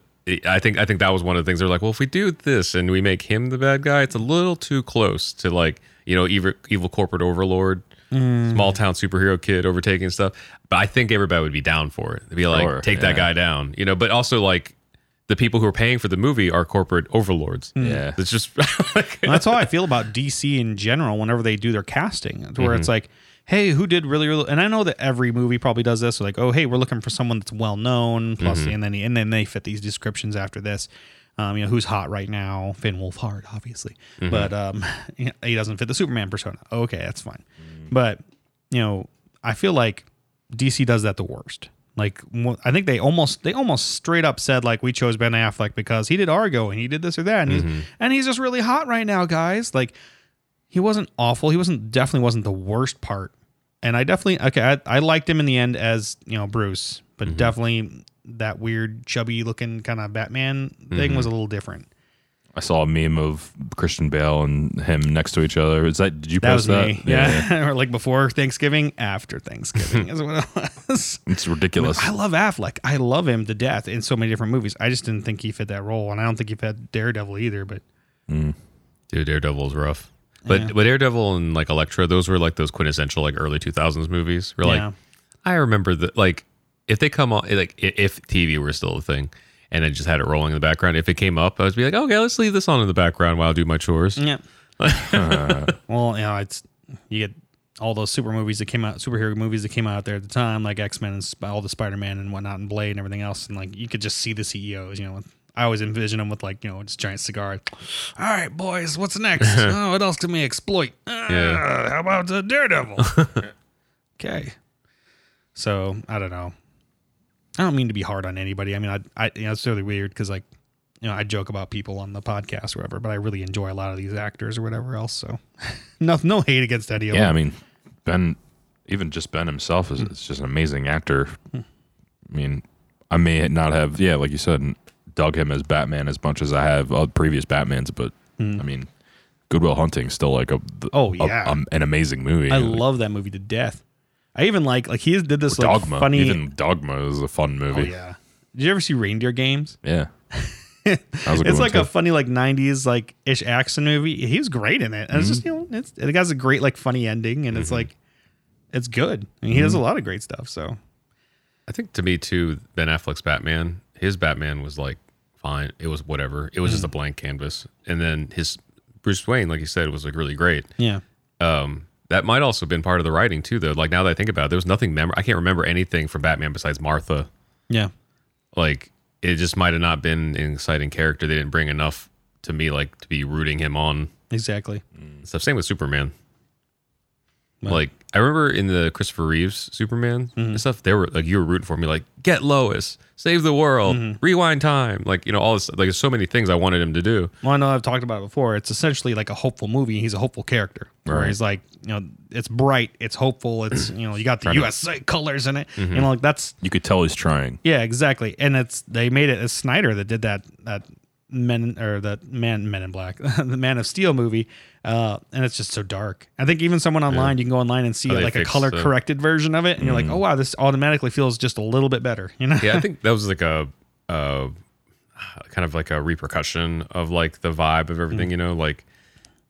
I think I think that was one of the things they're like, well, if we do this and we make him the bad guy, it's a little too close to like you know evil evil corporate overlord, small town superhero kid overtaking stuff. But I think everybody would be down for it. They'd be like,
Sure,
take that guy down, you know. But also like the people who are paying for the movie are corporate overlords.
Hmm.
Yeah.
it's just *laughs* like,
And that's how I feel about DC in general whenever they do their casting, to where it's like, hey, who did really, really, and I know that every movie probably does this, like, oh, hey, we're looking for someone that's well known, plus- and then and then they fit these descriptions after this. Um, you know who's hot right now? Finn Wolfhard, obviously, but um, *laughs* you know, he doesn't fit the Superman persona. Okay, that's fine, but you know, I feel like DC does that the worst. Like mo- I think they almost they almost straight up said like we chose Ben Affleck because he did Argo and he did this or that and he's and he's just really hot right now, guys. Like he wasn't awful. He wasn't definitely wasn't the worst part. And I definitely okay. I, I liked him in the end as you know Bruce, but definitely that weird chubby looking kind of Batman thing was a little different.
I saw a meme of Christian Bale and him next to each other. Is that did you
That
post
was me,
that?
yeah. *laughs* or like before Thanksgiving, after Thanksgiving is what it *laughs* was.
it's ridiculous.
*laughs* I love Affleck. I love him to death in so many different movies. I just didn't think he fit that role, and I don't think he fit Daredevil either. But
dude, Daredevil's rough. But but Daredevil and like Elektra, those were like those quintessential like early two thousands movies. Where like
Yeah.
I remember that like if they come on like i- if TV were still a thing and I just had it rolling in the background, if it came up, I would be like, okay, let's leave this on in the background while I do my chores.
yeah,
*laughs*
well, you know, it's you get all those super movies that came out, superhero movies that came out there at the time, like X Men and Sp- all the Spider Man and whatnot, and Blade and everything else, and like you could just see the CEOs. You know, I always envision them with like you know this giant cigar. All right, boys, what's
*laughs*
next? oh, what else can we exploit? Uh,
Yeah.
How about uh,
*laughs*
Daredevil? okay, so I don't know. I don't mean to be hard on anybody. I mean, I, I you know, it's really weird because like, you know, I joke about people on the podcast or whatever, but I really enjoy a lot of these actors or whatever else. So, *laughs* no, no hate against any of
Yeah, I
them.
mean, Ben, even just Ben himself is it's just an amazing actor. I mean, I may not have, yeah, like you said, dug him as Batman as much as I have uh, previous Batmans, but I mean, Goodwill Hunting still like a th-
Hmm. Oh,
a-
yeah.
um, an amazing movie.
I
Like,
love that movie to death. I even like like he did this like
Dogma.
funny.
Even Dogma is a fun
oh
movie. yeah.
yeah. Did you ever see Reindeer Games? *laughs*
That was a good
It's
one,
like a
too.
funny like '90s like ish action movie. He was great in it, and it's
Mm-hmm.
just you know it's, it has a great like funny ending, and it's like it's good. I mean, he does
Mm-hmm.
a lot of great stuff. So
I think to me too, Ben Affleck's Batman, his Batman was like fine. It was whatever. It was just a blank canvas. And then his Bruce Wayne, like you said, was like really great.
yeah,
Um, that might also have been part of the writing too, though. Like now that I think about it, there was nothing memor I can't remember anything from Batman besides Martha.
yeah.
like it just might have not been an exciting character. They didn't bring enough to me like to be rooting him on
Exactly.
and stuff. Same with Superman. Like I remember in the Christopher Reeves Superman and stuff, they were like you were rooting for me, like get Lois, save the world, rewind time, like you know all this, like there's so many things I wanted him to do.
Well, I know I've talked about it before. It's essentially like a hopeful movie. He's a hopeful character. Where
Right.
he's like, you know, it's bright, it's hopeful, it's you know, you got the USA colors in it.
Mm-hmm.
You know, like that's
You could tell he's trying.
yeah, exactly. And it's they made it as Snyder that did that that men or that man Men in Black, *laughs* the Man of Steel movie. Uh, and it's just so dark. I think even someone online, you can go online and see
Oh, they
like a
fixed
color
the- Mm-hmm.
corrected version of it, and you're like, oh wow, this automatically feels just a little bit better. You know?
yeah, I think that was like a, a kind of like a repercussion of like the vibe of
Mm-hmm.
everything, you know, like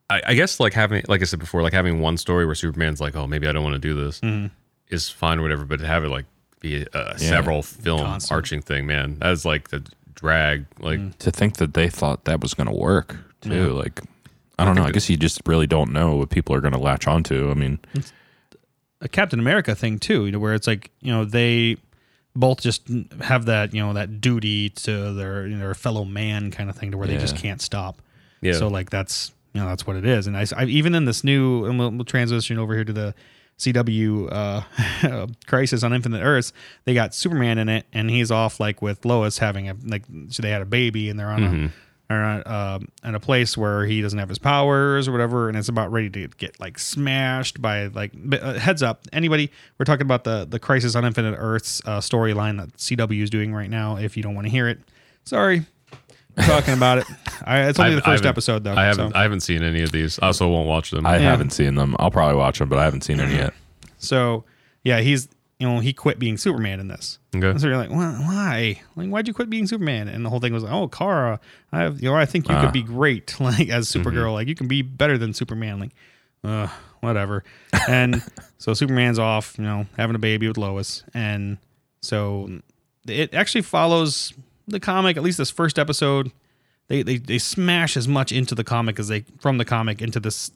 I, I guess like having like I said before, like having one story where Superman's like, oh, maybe I don't want to do this
Mm-hmm.
is fine, or whatever. But to have it like be a several film
Constant. Mm.
arching thing, man, that is like the drag. Like
To think that they thought that was going to work too, like I don't know. I guess you just really don't know what people are going to latch onto. I mean,
a Captain America thing too, you know, where it's like you know they both just n- have that you know that duty to their you know, their fellow man kind of thing, to where they just
Yeah.
can't stop.
Yeah.
So like that's you know that's what it is, and I, s- I- even in this new and we'll, we'll transition over here to the CW uh, *laughs* Crisis on Infinite Earths. They got Superman in it, and he's off like with Lois having a like so they had a baby, and they're on a. Or uh, in a place where he doesn't have his powers or whatever, and it's about ready to get like smashed by like. But, uh, heads up, anybody, we're talking about the the Crisis on Infinite Earths uh, storyline that CW is doing right now. If you don't want to hear it, sorry, we're talking about it. I, it's only
I've-
the first
I haven't-
episode though.
I haven't
so.
I haven't seen any of these. I also won't watch them.
I
Yeah.
haven't seen them. I'll probably watch them, but I haven't seen them yet.
So yeah, he's you know he quit being Superman in this.
Okay.
*laughs* And so you're like, well, why? Like, why'd you quit being Superman? And the whole thing was like, oh, Kara, I have, you know, I think you could be great, *laughs* like as Supergirl, like you can be better than Superman, like, uh, whatever. And so Superman's off, you know, having a baby with Lois, and so it actually follows the comic, at least this first episode. They, they, they smash as much into the comic as they from the comic into this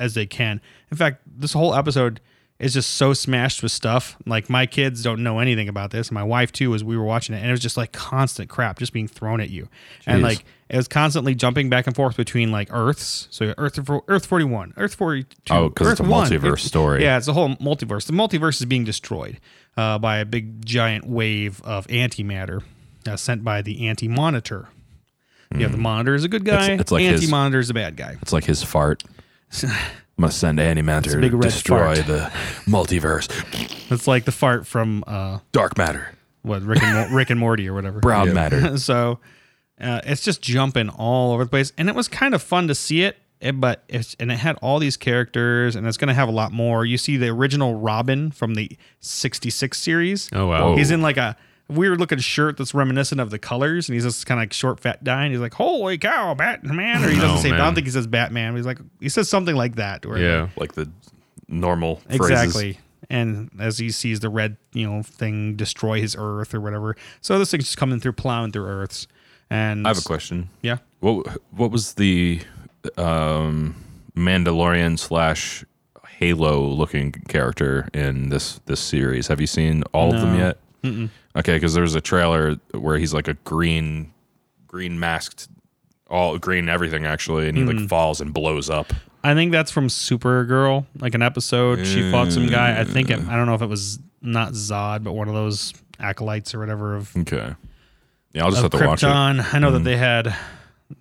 as they can. In fact, this whole episode is just so smashed with stuff. Like my kids don't know anything about this. My wife too, as we were watching it, and it was just like constant crap just being thrown at you, and
Jeez.
like it was constantly jumping back and forth between like Earths. So Earth Earth forty one, Earth forty two,
Oh, 'cause it's a multiverse story.
Yeah, it's a whole multiverse. The multiverse is being destroyed uh, by a big giant wave of antimatter uh, sent by the Anti Monitor. You have the Monitor is a good guy.
Hmm. it's like his-
Anti Monitor is a bad guy.
It's like his
*laughs*
fart. I'm gonna send Annie Manter
big
to
red
destroy
fart.
the multiverse.
It's like the fart from. Uh,
Dark matter,
what Rick and Mo- *laughs* Rick and Morty or whatever.
brown
*laughs*
matter.
so uh, it's just jumping all over the place, and it was kind of fun to see it. eh, But it's and it had all these characters, and it's going to have a lot more. You see the original Robin from the '66 series.
Oh, wow.
he's in like a weird looking shirt that's reminiscent of the colors, and he's just kind of like short, fat guy, and he's like, "Holy cow, Batman!" Or he doesn't
*laughs* Oh,
say, "I don't
man.
think he says Batman." But he's like, he says something like that. Or
yeah.
Like the normal phrases.
Exactly. And as he sees the red, you know, thing destroy his Earth or whatever, so this thing's just coming through, plowing through Earths. And
I have a question.
Yeah,
What what was the um, Mandalorian slash Halo looking character in this this series? Have you seen all of them
No.
yet? Mm-mm. Okay, because there was a trailer where he's like a green green masked, all green everything actually, and he
Hmm.
like falls and blows up.
I think that's from Supergirl, like an episode she fought some guy. I think it, I don't know if it was not Zod, but one of those acolytes or whatever of,
Okay. Yeah, I'll just
of
have to watch it. Mm-hmm.
Krypton. I know that they had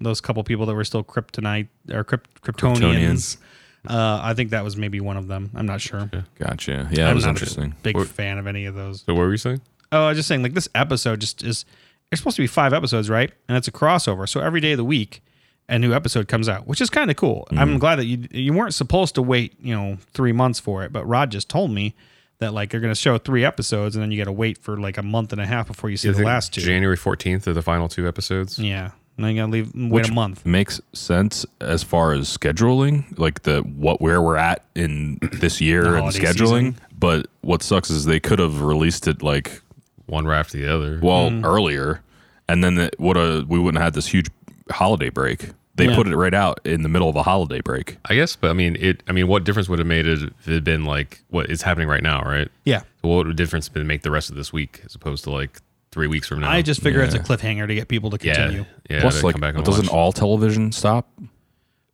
those couple people that were still Kryptonite or Krypt- Kryptonians.
Kryptonians.
Uh, I think that was maybe one of them. I'm not sure.
Gotcha. Yeah, that
I'm
was
not a
interesting.
Big
Or-
fan of any of those.
So what were you saying?
Oh, I was just saying, like this episode just is. It's supposed to be five episodes, right? And it's a crossover, so every day of the week, a new episode comes out, which is kind of cool.
Mm-hmm.
I'm glad that you you weren't supposed to wait, you know, three months for it, but Rod just told me that like they're going to show three episodes, and then you got to wait for like a month and a half before you see the last two.
January 14th are the final two episodes.
yeah, and then you got to leave wait
Which
a month.
Makes sense as far as scheduling, like the what where we're at in
*clears throat*
this year and
holiday
scheduling. But what sucks is they could have released it like
One right after the other.
well earlier, and then it would have we wouldn't have had this huge holiday break. They
Yeah.
put it right out in the middle of a holiday break.
I guess, but I mean, it. I mean, what difference would it have made if it had been like what is happening right now, right?
Yeah,
So what would difference been make the rest of this week as opposed to like three weeks from now?
I just figure it's a cliffhanger to get people to
yeah,
continue.
yeah.
Plus,
to
like
come back and
doesn't
watch.
all television stop?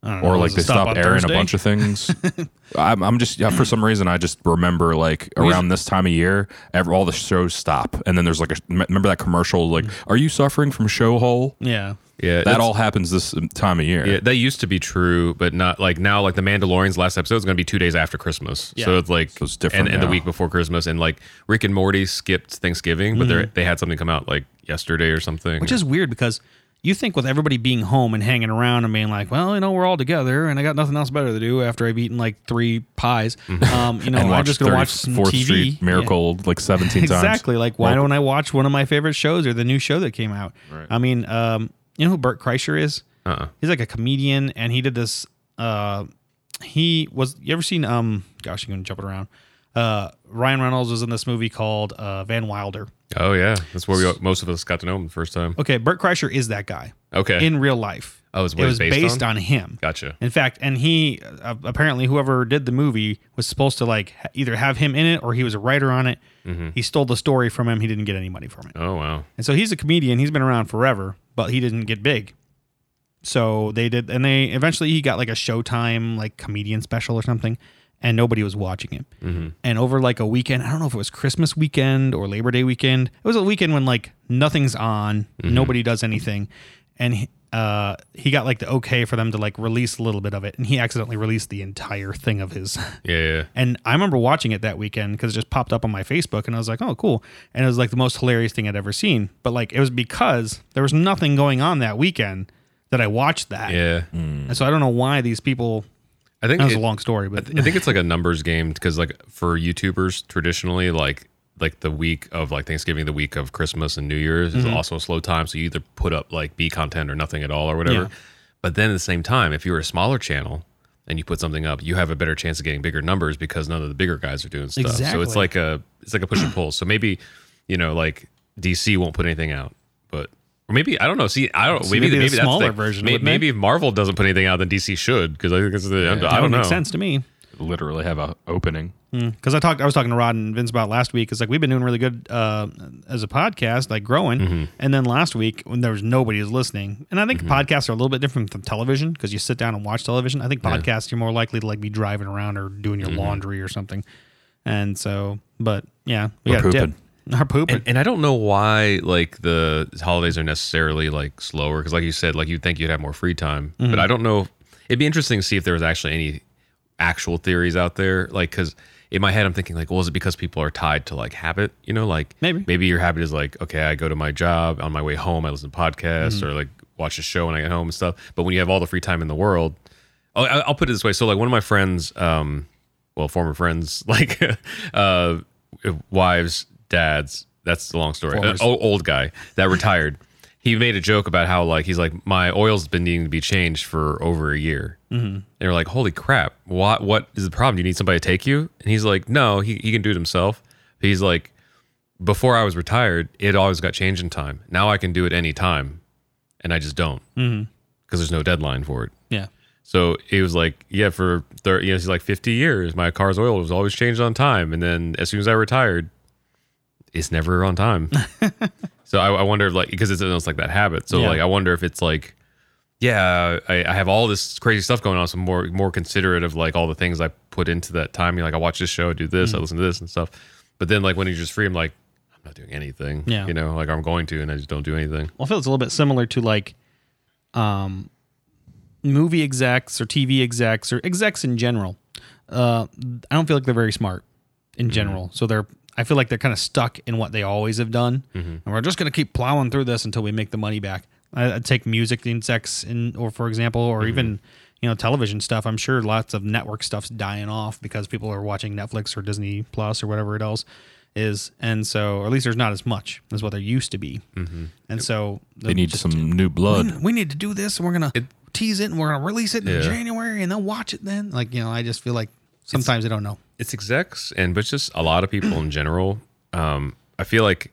I don't know,
or
was
like
it
they stop
on
airing a
Thursday?
bunch of
*laughs*
things. I'm, I'm just yeah, for some reason I just remember like around this time of year, ev all the shows stop, and then there's like a remember that commercial like Are you suffering from show hole?
Mm. Yeah.
Yeah,
That
that's-
all happens this um, time of year.
Yeah, that used to be true, but not like now. Like the Mandalorian's last episode is going to be two days after Christmas,
Yeah.
so it's like
it's different
And, and the
now.
week before Christmas, and like Rick and Morty skipped Thanksgiving, but they they had something come out like yesterday or something.
Mm-hmm. Which is weird because you think with everybody being home and hanging around and being like, well, you know, we're all together and I got nothing else better to do after I've eaten like three pies. Um, you know,
Mm-hmm. And
I'm
watch
just going to watch
34th
some TV.
Street
Yeah.
Miracle like
*laughs*
17 times.
Exactly. Like, why don't I watch one of my favorite shows or the new show that came out? I mean, um, you know who Bert Kreischer is?
Uh-uh.
He's like a comedian, and he did this. Uh, he was. You ever seen? Um, gosh, you can jump it around. Uh, Ryan Reynolds was in this movie called uh, Van Wilder.
oh yeah, that's where we most of us got to know him the first time.
Okay, Bert Kreischer is that guy
Okay,
in real life.
Oh, it's what
it
it's
was based,
based
on?
on?
him.
gotcha.
In fact, and he uh, apparently whoever did the movie was supposed to like ha- either have him in it or he was a writer on it.
Mm-hmm.
He stole the story from him. He didn't get any money from it.
Oh wow,
And so he's a comedian. He's been around forever, but he didn't get big. So they did, and they eventually he got like a Showtime like comedian special or something, and nobody was watching him. And over like a weekend, I don't know if it was Christmas weekend or Labor Day weekend. It was a weekend when like nothing's on, nobody does anything, and he, uh, he got like the okay for them to like release a little bit of it, and he accidentally released the entire thing of his *laughs*
yeah, yeah.
and I remember watching it that weekend because it just popped up on my Facebook and I was like, oh, cool. And it was like the most hilarious thing I'd ever seen. But like, it was because there was nothing going on that weekend that I watched that.
yeah.
Mm.
And so I don't know why these people,
I think
that was
it-
a long story, but
I think it's like a numbers game because like for YouTubers traditionally like like the week of like Thanksgiving, the week of Christmas and New Year's
Mm-hmm.
is also a slow time. So you either put up like B content or nothing at all or whatever.
Yeah.
But then at the same time, if you're a smaller channel and you put something up, you have a better chance of getting bigger numbers because none of the bigger guys are doing stuff. So
Exactly.
it's like a it's like a push and pull. So maybe, you know, like DC won't put anything out, but or maybe I don't know. See, I don't.
maybe
Maybe
the
maybe, that's
smaller
the,
version
may-
wouldn't
Maybe,
they?
if Marvel doesn't put anything out, then DC should because I think it's the end.
that
I
would
don't know.
make sense to me.
Literally have a opening.
because I talked, I was talking to Rod and Vince about last week. It's like we've been doing really good uh, as a podcast, like growing. And then last week, when there was nobody was listening, and I think podcasts are a little bit different from television because you sit down and watch television. I think podcasts you're more likely to like be driving around or doing your laundry or something. And so, but yeah, we
Or
got pooping.
pooping.
dip. Or pooping.
and, and I don't know why like the holidays are necessarily like slower because like you said like you'd think you'd have more free time but I don't know it'd be interesting to see if there was actually any actual theories out there like because in my head I'm thinking like well is it because people are tied to like habit you know like
Maybe.
maybe your habit is like okay I go to my job on my way home I listen to podcasts or like watch a show when I get home and stuff but when you have all the free time in the world oh I- I'll put it this way so like one of my friends um well, former friends, *laughs* like uh, wives, dads. That's the long story. An o- old guy that retired. he made a joke about how like he's like my oil's been needing to be changed for over a year. Mm-hmm. They were like, "Holy crap! What what is the problem? Do you need somebody to take you?" And he's like, "No, he he can do it himself." He's like, "Before I was retired, it always got changed in time. Now I can do it any time, and I just don't because there's no deadline for it."
yeah,
So he was like, yeah, for 30, you know, he's like 50 years, my car's oil was always changed on time. And then as soon as I retired, it's never
*laughs*
on time. so I, I wonder if like, because it's almost like that habit. So
Yeah.
like, I wonder if it's like, yeah, I, I have all this crazy stuff going on. So I'm more, more considerate of like all the things I put into that time. You're like, I watch this show, I do
Mm.
this, I listen to this and stuff. But then like when you're just free, I'm like, I'm not doing anything.
Yeah.
You know, like I'm going to, and I just don't do anything.
Well, I feel it's a little bit similar to like um, movie execs or TV execs or execs in general. Uh, I don't feel like they're very smart in general. So they're, I feel like they're kind of stuck in what they always have done. And we're just going to keep plowing through this until we make the money back. I, I take music execs in, or for example, or even, you know, television stuff. I'm sure lots of network stuff's dying off because people are watching Netflix or Disney Plus or whatever it else is. And so, or at least there's not as much as what there used to be. And so
They need some new blood.
we need to do this and we're gonna tease it and we're gonna release it in
Yeah.
January and they'll watch it then. Like, you know, I just feel like sometimes I don't know.
it's execs and but it's just a lot of people in general um i feel like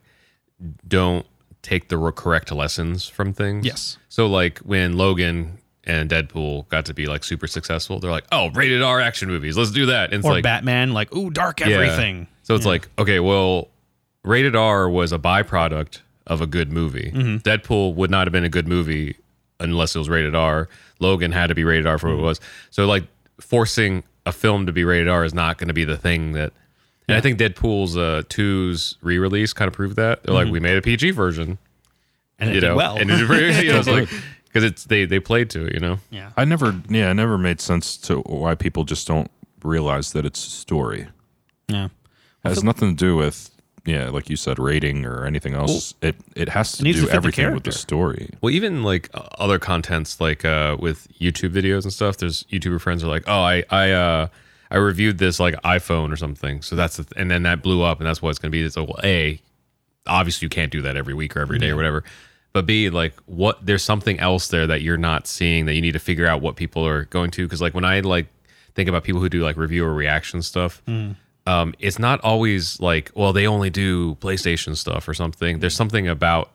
don't take the re- correct lessons from things
Yes.
so like when logan and deadpool got to be like super successful they're like oh rated r action movies let's do that and it's
Or
like
Batman, like, ooh, dark
yeah.
everything.
so it's like okay well
Mm-hmm.
rated r was a byproduct of a good movie deadpool would not have been a good movie unless it was rated R. Logan had to be rated R for what
Mm-hmm.
it was. So like forcing a film to be rated R is not going to be the thing that. And I think Deadpool's uh, two's re-release kind of proved that. They're like, we made a PG version,
Mm-hmm. and it
you
did
know,
well.
and it, you know, it's like because it's they they played to it, you know.
yeah,
I never, yeah, it never made sense to why people just don't realize that it's a story.
yeah.
It has nothing to do with, yeah, like you said, rating or anything else. it it has to
needs to
do
fit the
everything with the
character.
story.
Well, even like o- other contents, like uh, with YouTube videos and stuff. There's YouTuber friends are like, oh, I I uh, I reviewed this like iPhone or something. So that's the th- and then that blew up, and that's what it's gonna be. It's like, well, a obviously you can't do that every week or every day or whatever. But B, like what there's something else there that you're not seeing that you need to figure out what people are going to. Cause like when I like think about people who do like review or reaction stuff, um, it's not always like, well, they only do PlayStation stuff or something. There's something about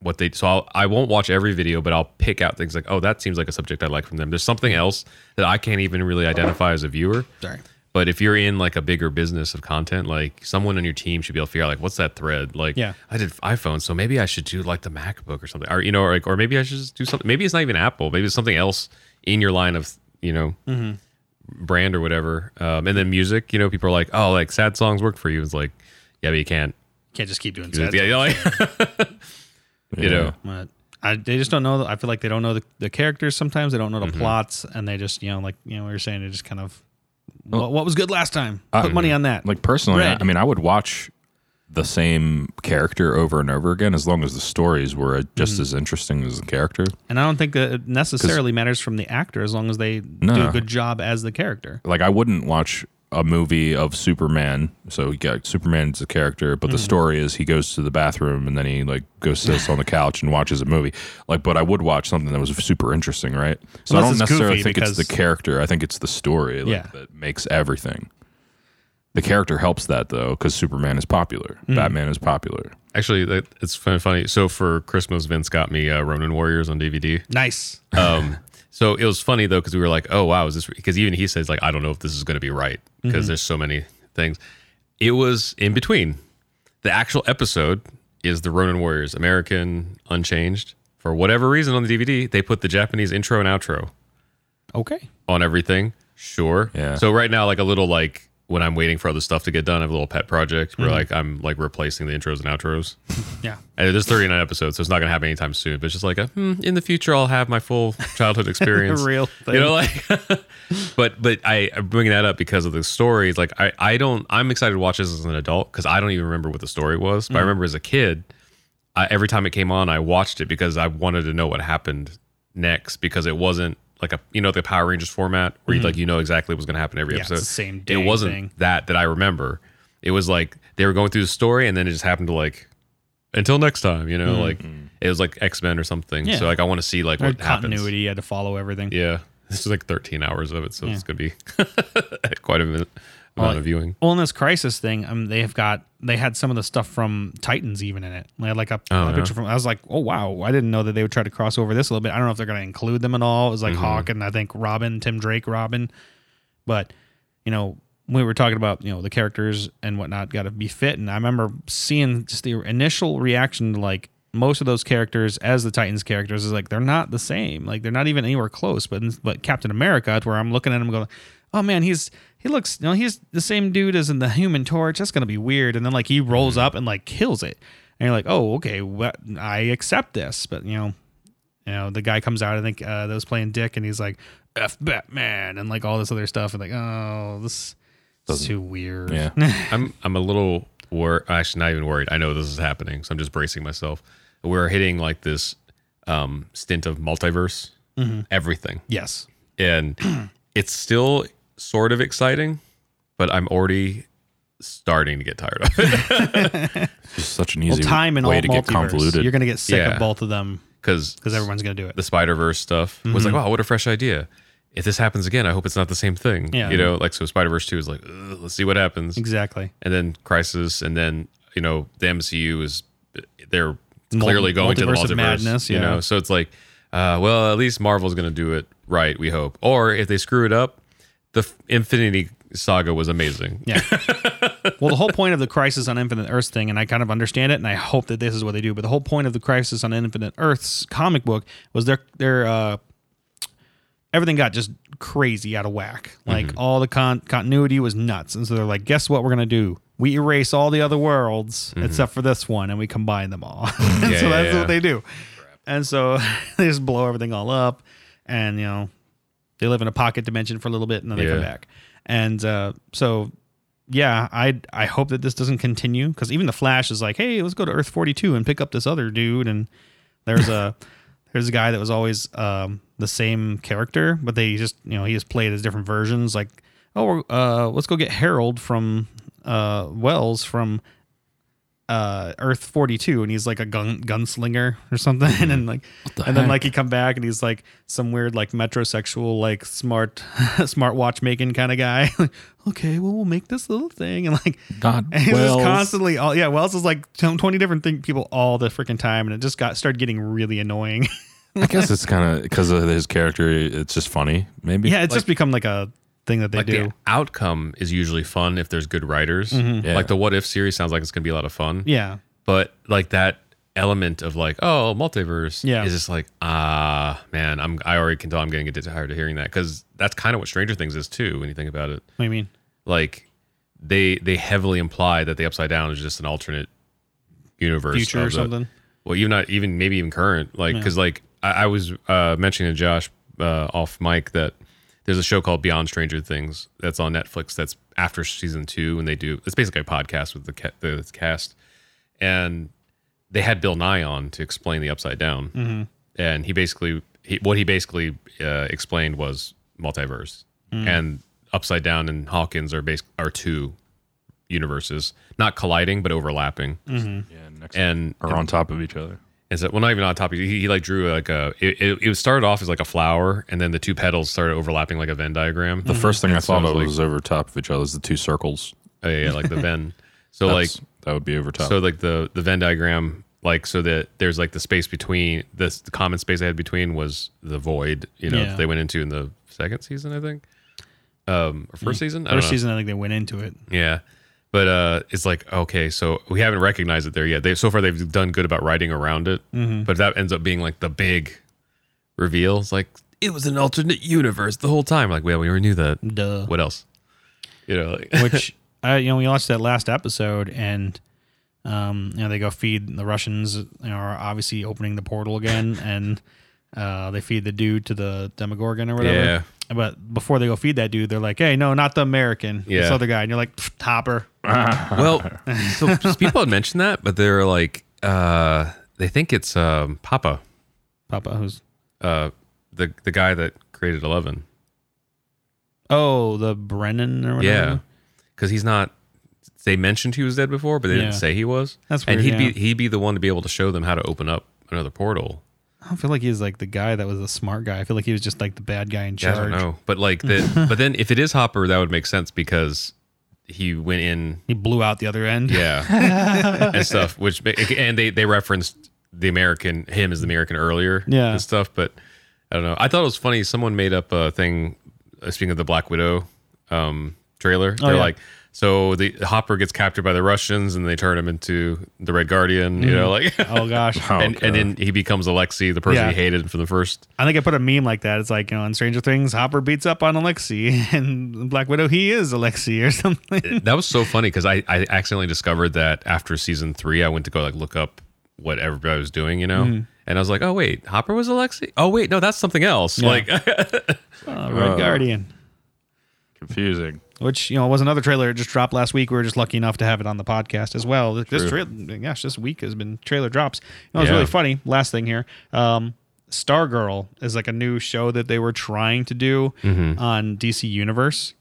what they so I'll, I won't watch every video, but I'll pick out things like, oh, that seems like a subject I like from them. There's something else that I can't even really identify as a viewer.
*laughs* Sorry.
But if you're in like a bigger business of content, like someone on your team should be able to figure out like what's that thread? Like
Yeah.
I did iPhone, so maybe I should do like the MacBook or something. Or you know, or like or maybe I should just do something maybe it's not even Apple, maybe it's something else in your line of you know brand or whatever. Um, and then music, you know, people are like, Oh, like sad songs work for you. It's like, yeah, but you can't.
Can't just keep doing
Yeah,
that.
you know, like- *laughs* you know.
But I, they just don't know. The, I feel like they don't know the, the characters sometimes. They don't know the
Mm-hmm.
plots, and they just you know like you know we were saying they just kind of what, what was good last time. Put money on that.
Like personally, I-
Red.
I mean, I would watch the same character over and over again as long as the stories were just
Mm-hmm.
as interesting as the character.
and I don't think that it necessarily matters from the actor as long as they do
No.
a good job as the character.
Like I wouldn't watch a movie of Superman. So you got Superman's a character, but
Mm-hmm.
the story is he goes to the bathroom and then he like goes sits on the couch and watches a movie. Like, but I would watch something that was super interesting, right? So I
Unless
don't
it's
necessarily
goofy
think it's the
because-
character. I think it's the story like,
Yeah.
that makes everything. The character helps that though, because Superman is popular,
Mm.
Batman is popular.
Actually, that, it's funny, funny. So for Christmas, Vince got me uh, Ronin Warriors on DVD. *laughs*
Nice.
Um, so it was funny though because we were like, "Oh wow, is this?" Because even he says like, "I don't know if this is going to be right" because there's so many things. It was in between. The actual episode is the Ronin Warriors American Unchanged. For whatever reason on the DVD, they put the Japanese intro and outro
Okay.
on everything. Sure.
Yeah.
So right now, like a little like when I'm waiting for other stuff to get done, I have a little pet project where like I'm like replacing the intros and outros.
Yeah.
And there's 39 episodes, so it's not going to happen anytime soon. But it's just like, a, hmm, in the future, I'll have my full childhood experience.
Real thing.
You know, like, *laughs* but but I I'm bringing that up because of the story. It's Like, I I don't. I'm excited to watch this as an adult because I don't even remember what the story was. But
Mm-hmm.
I remember as a kid, I, every time it came on, I watched it because I wanted to know what happened next because it wasn't like a you know the Power Rangers format where you like you know exactly what's going to happen every
Mm-hmm. Yeah, it's
episode.
the same
It
day
wasn't
thing.
that that I remember. It was like they were going through the story and then it just happened to like until next time, you know, like it was like X Men or something.
Mm-hmm. Yeah.
So like I want to see like
Or
what happens.
continuity. You had to follow everything.
Yeah, this is like 13 hours of it, so it's gonna be *laughs* quite a minute amount of viewing.
Well, in this crisis thing, um, they have got they had some of the stuff from Titans even in it. They had like a, a
Oh, yeah.
picture from. I was like, oh wow, I didn't know that they would try to cross over this a little bit. I don't know if they're going to include them at all. It was like
Mm-hmm.
Hawk and I think Robin, Tim Drake, Robin. But you know, we were talking about you know the characters and whatnot got to be fit, and I remember seeing just the initial reaction to like most of those characters as the Titans characters is like they're not the same, like they're not even anywhere close. But but Captain America, it's where I'm looking at him going, oh man, he's he looks you know he's the same dude as in the Human Torch. That's gonna be weird. And then like he rolls up and like kills it, and you're like, oh okay, what I accept this, but you know you know, the guy comes out, I think uh, that was playing Dick, and he's like, F Batman, and like all this other stuff. And like, oh, this is too weird. *laughs*
Yeah.
I'm I'm a little wor Actually, not even worried. I know this is happening, so I'm just bracing myself. We're hitting like this um, stint of multiverse,
Mm-hmm.
everything,
yes.
and *clears throat* it's still sort of exciting, but I'm already starting to get tired of it *laughs*
Just such an
Well,
easy
time and
way
all
to
multiverse.
get convoluted.
You're going to get sick
Yeah.
of both of them *laughs*
because
because everyone's going to do it.
the Spider Verse stuff was
Mm-hmm.
like, wow, what a fresh idea. If this happens again, I hope it's not the same thing.
Yeah.
You know, like so Spider Verse 2 is like, "Ugh, let's see what happens.
Exactly.
and then Crisis, and then you know the MCU is they're
Mul-
clearly going to the
multiverse
multiverse,
of madness,
you
yeah.
know. So it's like, uh, well, at least Marvel's going to do it right,
*laughs*
we hope. Or if they screw it up, the F- Infinity Saga was amazing.
Yeah. well, the whole point of the Crisis on Infinite Earths thing, and I kind of understand it, and I hope that this is what they do. But the whole point of the Crisis on Infinite Earths comic book was their their uh, everything got just crazy out of whack.
Mm-hmm.
Like all the con- continuity was nuts, and so they're like, "Guess what? We're gonna do." We erase all the other worlds except for this one, and we combine them all. *laughs* and
Mm-hmm. Yeah,
so
yeah,
that's
yeah.
what they do. And so *laughs* they just blow everything all up, and you know they live in a pocket dimension for a little bit, and then they come
Yeah.
back. And uh, so yeah, I I hope that this doesn't continue because even the Flash is like, hey, let's go to Earth forty two and pick up this other dude, and there's a *laughs* there's a guy that was always um, the same character, but they just you know he just played as different versions. Like, oh, we're, uh, let's go get Harold from uh, Wells from uh, Earth forty two, and he's like a gun gunslinger or something, *laughs* and like and then like he come back and he's like some weird like metrosexual like smart *laughs* smart watch making kind of guy. *laughs* like, okay, well we'll make this little thing and like *laughs*
God,
and he's
Wells.
just constantly all yeah, Wells is like t- twenty different thing people all the freaking time and it just got started getting really annoying. *laughs*
I guess it's kind of because of his character. It's just funny, maybe.
yeah, it's just become like a thing that they
Like
do.
the outcome is usually fun if there's good writers.
Yeah.
Like the what if series sounds like it's gonna be a lot of fun.
Mm-hmm. yeah.
But like that element of like, oh, multiverse
Yeah.
is just like, ah, man, I'm I already can tell I'm getting tired of hearing that because that's kind of what Stranger Things is too, when you think about it.
What do you mean?
Like they they heavily imply that the upside down is just an alternate universe.
Future or
of the-
something?
well even not even maybe even current like because like I, I was uh mentioning to josh uh off mic that there's a show called beyond stranger things that's on netflix that's after season two and they do it's basically a podcast with the, ca- the cast and they had bill nye on to explain the upside down and he basically he, what he basically uh, explained was multiverse and upside down and hawkins are bas- are two universes not colliding but overlapping
yeah next
and
are on top of each other.
is that well not even on top of he, he like drew like a it, it, it started off as like a flower and then the two petals started overlapping like a venn diagram
The first thing I thought
sounds
of
like-
was over top of each other is the two circles.
oh, yeah, yeah, like the venn so like
That's- that would be over top.
so like the the venn diagram like so that there's like the space between this the common space they had between was the void you know
Yeah.
they went into in the second season i think um or first season I don't
First
know.
season I think they went into it.
Yeah. But uh, it's like okay, so we haven't recognized it there yet. They so far they've done good about writing around it, but if that ends up being like the big reveal. It's like it was an alternate universe the whole time. Like, well, we already knew that.
Duh.
What else? You know, like, *laughs*
which I, you know, we watched that last episode, and um, you know, they go feed the Russians. You know, are obviously opening the portal
*laughs*
again, and uh, they feed the dude to the Demogorgon or whatever.
Yeah.
But before they go feed that dude, they're like, "Hey, no, not the American, this
Yeah.
other guy." And you're like, "Pfft, "Topper."
well, so people had mentioned that, but they're like, uh, they think it's um, Papa,
Papa, who's
uh, the the guy that created Eleven.
oh the Brennan or whatever?
Yeah, because he's not. They mentioned he was dead before, but they didn't
Yeah.
say he was.
That's
and he'd
weird,
be he'd be the one to be able to show them how to open up another portal.
I don't feel like he's like the guy that was the smart guy. I feel like he was just like the bad guy in
Yeah,
charge.
I don't know, but like that. but then if it is Hopper, that would make sense because he went in,
He blew out the other end.
yeah,
*laughs*
and stuff. Which ma- and they they referenced the American him as the American earlier,
Yeah.
and stuff. But I don't know. I thought it was funny. Someone made up a thing. uh, Speaking of the Black Widow um, trailer, they're
Oh, yeah.
like. So the Hopper gets captured by the Russians, and they turn him into the Red Guardian. You know, like
*laughs*
*laughs*
Oh gosh.
and, and then he becomes Alexei, the person
Yeah.
he hated from the first.
I think I put a meme like that. It's like, you know, in Stranger Things, Hopper beats up on Alexi, *laughs* and Black Widow, he is Alexi or something.
*laughs* That was so funny because I, I accidentally discovered that after season three, I went to go like look up what everybody was doing, you know? And I was like, oh, wait, Hopper was Alexei? Oh, wait, no, that's something else. Like, *laughs*
Uh, *laughs* Red
Uh.
Guardian,
Confusing.
which, you know, was another trailer that just dropped last week. We were just lucky enough to have it on the podcast as well. This trailer, gosh, this week has been trailer drops. You know, it was
Yeah.
really funny. Last thing here. Um, Stargirl is like a new show that they were trying to do on DC Universe.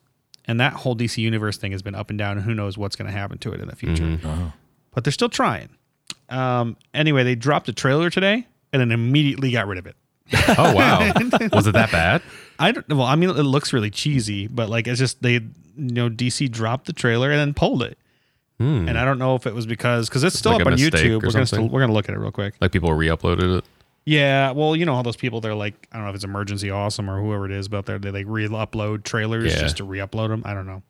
And that whole DC Universe thing has been up and down, and who knows what's going to happen to it in the future. but they're still trying. Um, anyway, they dropped a trailer today and then immediately got rid of it.
oh, wow. was it that bad?
I don't well, I mean, it looks really cheesy, but like it's just they, you know, DC dropped the trailer and then pulled it. And I don't know if it was because because it's still
Hmm. Like
up
a
on
mistake or
YouTube. We're gonna
something?
still, we're gonna look at it real quick.
Like, people re uploaded it.
Yeah, well, you know all those people they're like I don't know if it's emergency awesome or whoever it is, but they're they like re-upload trailers
Yeah.
just to re-upload them. I don't know,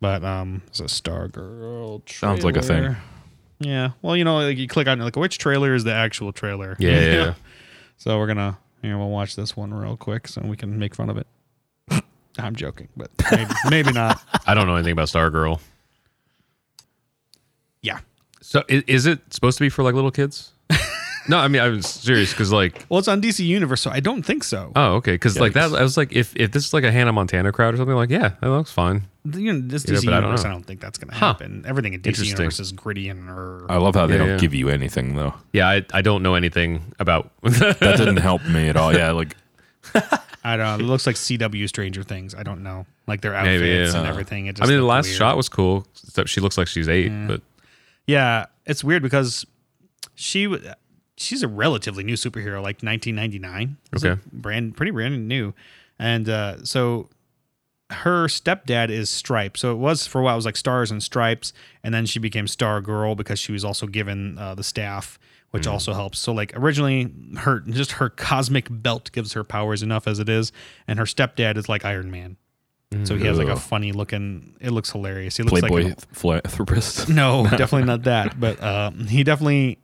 But um, it's a Stargirl. Trailer.
Sounds like a thing.
Yeah. Well, you know, like you click on it, like which trailer is the actual trailer?
Yeah,
*laughs*
yeah, yeah.
So we're gonna here we'll watch this one real quick so we can make fun of it. *laughs* I'm joking, but maybe, maybe not.
*laughs* I don't know anything about Stargirl.
Yeah.
So is, is it supposed to be for like little kids? no, I mean I'm serious because like
Well, it's on DC Universe, so I don't think so.
oh okay because like that I was like if if this is like a Hannah Montana crowd or something like yeah that looks fine.
you know, this
Yeah,
DC
but I don't
Universe, I
know.
don't think that's gonna happen. Everything in DC
Interesting.
Universe is gritty and er,
I love how they
Yeah,
don't
yeah.
give you anything though.
Yeah, I, I don't know anything about. *laughs*
That didn't help me at all. Yeah, like
I don't. know. It looks like CW Stranger Things. I don't know, like their outfits
Maybe, yeah.
and everything. It just
I mean the
looked
last
weird.
shot was cool except she looks like she's eight but
Yeah, it's weird because she wa- she's a relatively new superhero, like 1999. It's
Okay.
a brand pretty brand new, and uh, so her stepdad is Stripe. So it was for a while it was like Stars and Stripes, and then she became Star Girl because she was also given uh, the staff,
Hmm.
which also helps. So like originally her just her cosmic belt gives her powers enough as it is, and her stepdad is like Iron Man. So he has like a
Ugh.
funny looking. It looks hilarious. He looks
Playboy
like an
*laughs* philanthropist.
*laughs*
no, definitely not that. But um, he definitely.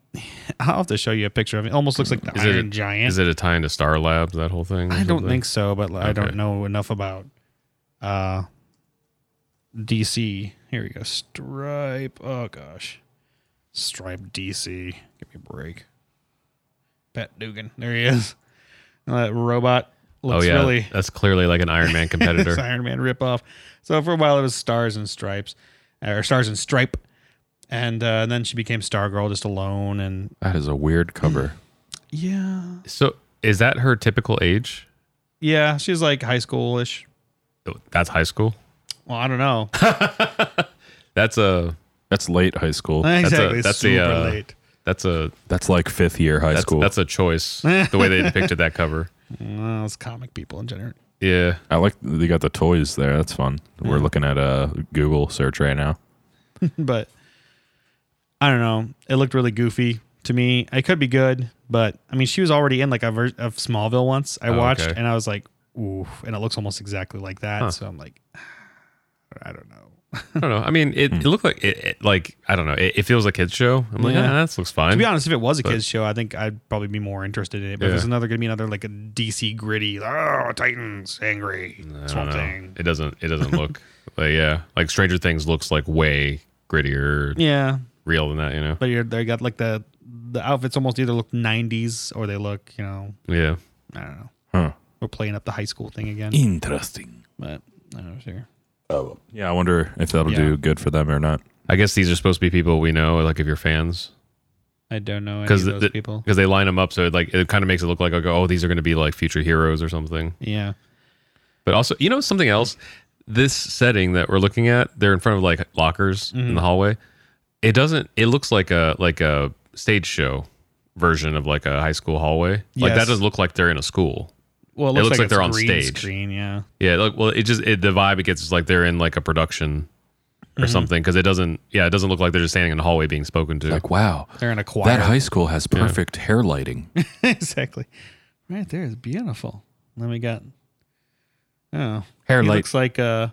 I'll have to show you a picture of him. It almost looks like the
Is it
Iron
a-
Giant.
is it a tie into Star Labs that whole thing? or
I don't
something?
think so, but I don't
Okay.
know enough about uh, DC. Here we go. Stripe. Oh gosh, Stripe DC. Give me a break. Pat Dugan. There he is. That robot
Oh
looks
yeah,
really.
that's clearly like an
*laughs*
Iron Man competitor.
It's Iron Man ripoff. So for a while it was Stars and Stripes, or Stars and Stripe, and uh, then she became Stargirl just alone. And
That is a weird cover.
yeah,
so is that her typical age?
yeah, she's like high schoolish.
Oh, That's high school.
Well, I don't
*laughs*
know
That's a
That's late high school.
exactly.
that's the,
super
uh,
late.
that's a
That's like fifth year high
that's,
school.
that's a choice. the way they depicted
*laughs*
that cover.
Well, it's comic people in general.
Yeah.
I like they got the toys there. That's fun. We're looking at a Google search right now.
but I don't know. It looked really goofy to me. It could be good, but I mean, she was already in like a ver- of Smallville once. I
Oh,
watched
okay.
and I was like, ooh, and it looks almost exactly like that. So I'm like, *sighs* I don't know.
I don't know. I mean, it, it looked like it, it- like I don't know. It, it feels like kids show. I'm like,
Yeah.
ah, that looks fine.
To be honest, if it was a kids show, I think I'd probably be more interested in it. But if
Yeah.
it's another going to be another like a DC gritty, oh Titans angry
I don't
Swamp
know.
Thing.
It doesn't. It doesn't look. *laughs* like yeah, like Stranger Things looks like way grittier,
Yeah,
real than that. You know.
but you're, they got like the the outfits almost either look '90s or they look, you know,
Yeah.
I don't know.
Huh.
We're playing up the high school thing again,
Interesting.
but I don't know. Sure.
Yeah, I wonder if that'll
Yeah.
do good for them or not.
I guess these are supposed to be people we know. Like if you're fans,
I don't know any of
because
those people.
because they line them up so it like it kind of makes it look like like, oh these are going to be like future heroes or something
Yeah.
but also you know something else this setting that we're looking at they're in front of like lockers
Mm-hmm.
in the hallway it doesn't it looks like a like a stage show version of like a high school hallway like
Yes.
that doesn't look like they're in a school
Well, it
looks like
it's
they're on
green
stage.
Screen, yeah.
yeah like well it just it, the vibe it gets is like they're in like a production or
Mm-hmm.
something because it doesn't yeah it doesn't look like they're just standing in the hallway being spoken to
Like, wow,
They're in a choir.
that high school has perfect hair lighting.
*laughs* exactly. Right there is beautiful. Then we got oh
Hair
he
light.
looks like uh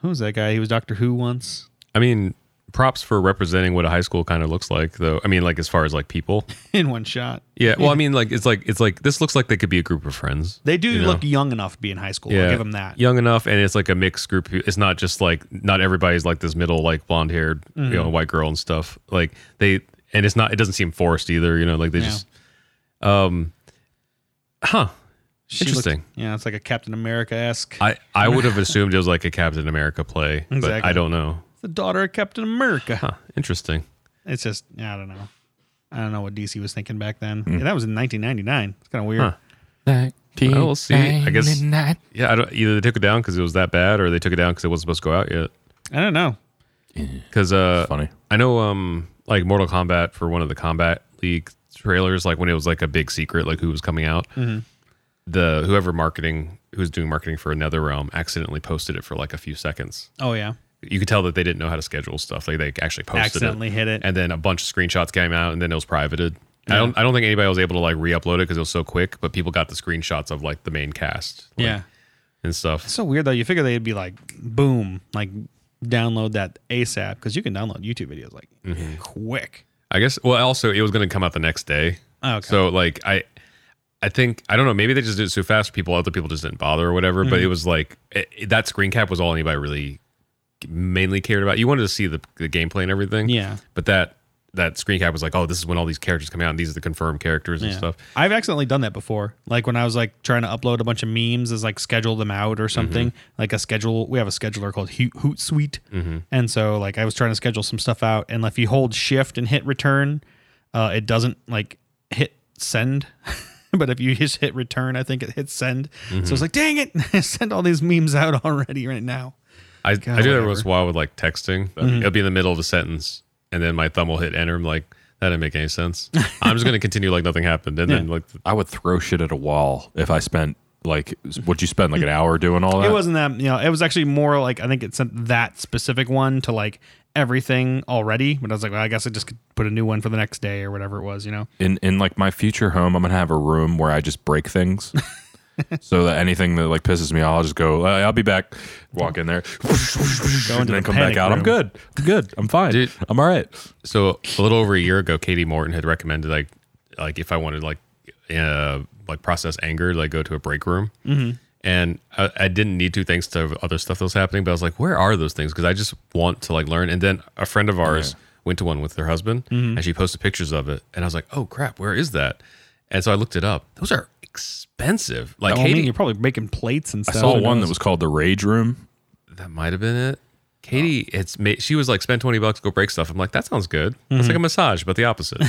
who was that guy? He was Doctor Who once. *laughs*
i mean props for representing what a high school kind of looks like though i mean like as far as like people
In one shot,
Yeah, well, I mean, like it's like it's like this looks like they could be a group of friends.
they do
You know?
look young enough to be in high school.
yeah,
I'll give them that.
young enough, and it's like a mixed group. of- It's not just like not everybody's like this middle like blonde haired you
Mm.
know white girl and stuff. Like they and it's not it doesn't seem forced either. You know, like they
Yeah.
just um, huh?
She looked-
Interesting.
yeah, it's like a Captain America esque.
I I would have assumed it was like a Captain America play, but
Exactly.
I don't know.
The daughter of Captain America.
Huh? Interesting.
It's just I don't know. I don't know what DC was thinking back then. Yeah, that was in 1999. It's kind of weird.
Hmm. Huh. we'll see. I guess- Yeah, I don't either. They took it down because it was that bad, or they took it down because it wasn't supposed to go out yet.
I don't know.
Because uh,
Funny.
I know um like Mortal Kombat for one of the Combat League trailers, like when it was like a big secret, like who was coming out.
Mm-hmm.
The whoever marketing who was doing marketing for another realm accidentally posted it for like a few seconds.
Oh yeah,
You could tell that they didn't know how to schedule stuff. Like they actually posted
accidentally
it,
hit it.
and then a bunch of screenshots came out, and then it was privated. I don't I don't think anybody was able to like re-upload it because it was so quick. But people got the screenshots of like the main cast. Like,
yeah,
and stuff.
It's so weird though. You figure they'd be like, boom, like download that ASAP because you can download YouTube videos like quick.
I guess. Well, also it was going to come out the next day,
Oh, okay.
so like I, I think I don't know. Maybe they just did it so fast. People, other people just didn't bother or whatever.
Mm-hmm.
But it was like it, it- that screen cap was all anybody really mainly cared about. You wanted to see the, the gameplay and everything.
Yeah.
But that that screen cap was like, oh, this is when all these characters come out and these are the confirmed characters and
Yeah.
stuff.
I've accidentally done that before. Like when I was like trying to upload a bunch of memes, is like schedule them out or something. Like a schedule, we have a scheduler called Hoot, Hootsuite, and so like I was trying to schedule some stuff out, and if you hold Shift and hit Return, uh, it doesn't like hit send. *laughs* But if you just hit return, I think it hits send. So it's like, dang it, *laughs* I sent all these memes out already right now.
I, I do that
whatever. Mm-hmm.
once in a while with like texting. It'll be in the middle of a sentence, and then my thumb will hit enter. I'm like, that didn't make any sense. I'm just gonna continue like nothing
*laughs*
happened, and then like
I would throw shit at a wall if I spent like what you spend like an hour doing all that.
It wasn't that, you know, it was actually more like I think it sent that specific one to like everything already. But I was like, well, I guess I just could put a new one for the next day or whatever it was, you know?
in in like my future home, I'm gonna have a room where I just break things. so that anything that like pisses me off, I'll just go. "Uh, I'll be back. Walk in there, and
into
then
the
come back
panic
out. I'm
room.
good. I'm good. I'm fine.
Dude.
I'm all right.
so a little over a year ago, Katie Morton had recommended like like if I wanted like uh like process anger, like go to a break room. Mm-hmm. And I, I didn't need to thanks to other stuff that was happening, but I was like, where are those things? Because I just want to like learn. And then a friend of ours went to one with her husband, and she posted pictures of it, and I was like, oh crap, where is that? And so I looked it up. Those are expensive. Like
Well, I mean,
Katie,
you're probably making plates and stuff.
I saw one that was called the Rage Room.
that might have been it. Katie,
Oh.
it's ma- she was like, spend twenty bucks, go break stuff. I'm like, that sounds good.
Mm-hmm.
It's like a massage, but the opposite,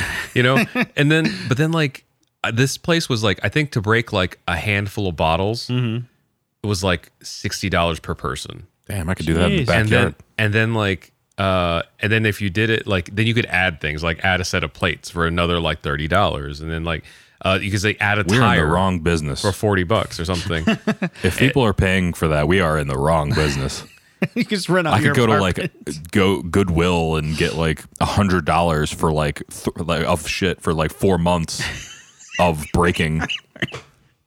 *laughs*
you know. and then, but then, like uh, this place was like, I think to break like a handful of bottles,
Mm-hmm.
it was like sixty dollars per person.
Damn, I could do that in the
Jeez.
backyard.
And
And then, and then like, uh, and then if you did it, like, then you could add things, like add a set of plates for another like thirty dollars, and then like, uh, you could say add a
We're in
tire
the wrong business.
for forty bucks
*laughs*
or something.
If people are paying for that, we are in the wrong business.
*laughs* you just run out.
I
your
could go to
apartment.
like go Goodwill and get like a hundred dollars for like, th- like of shit for like four months of breaking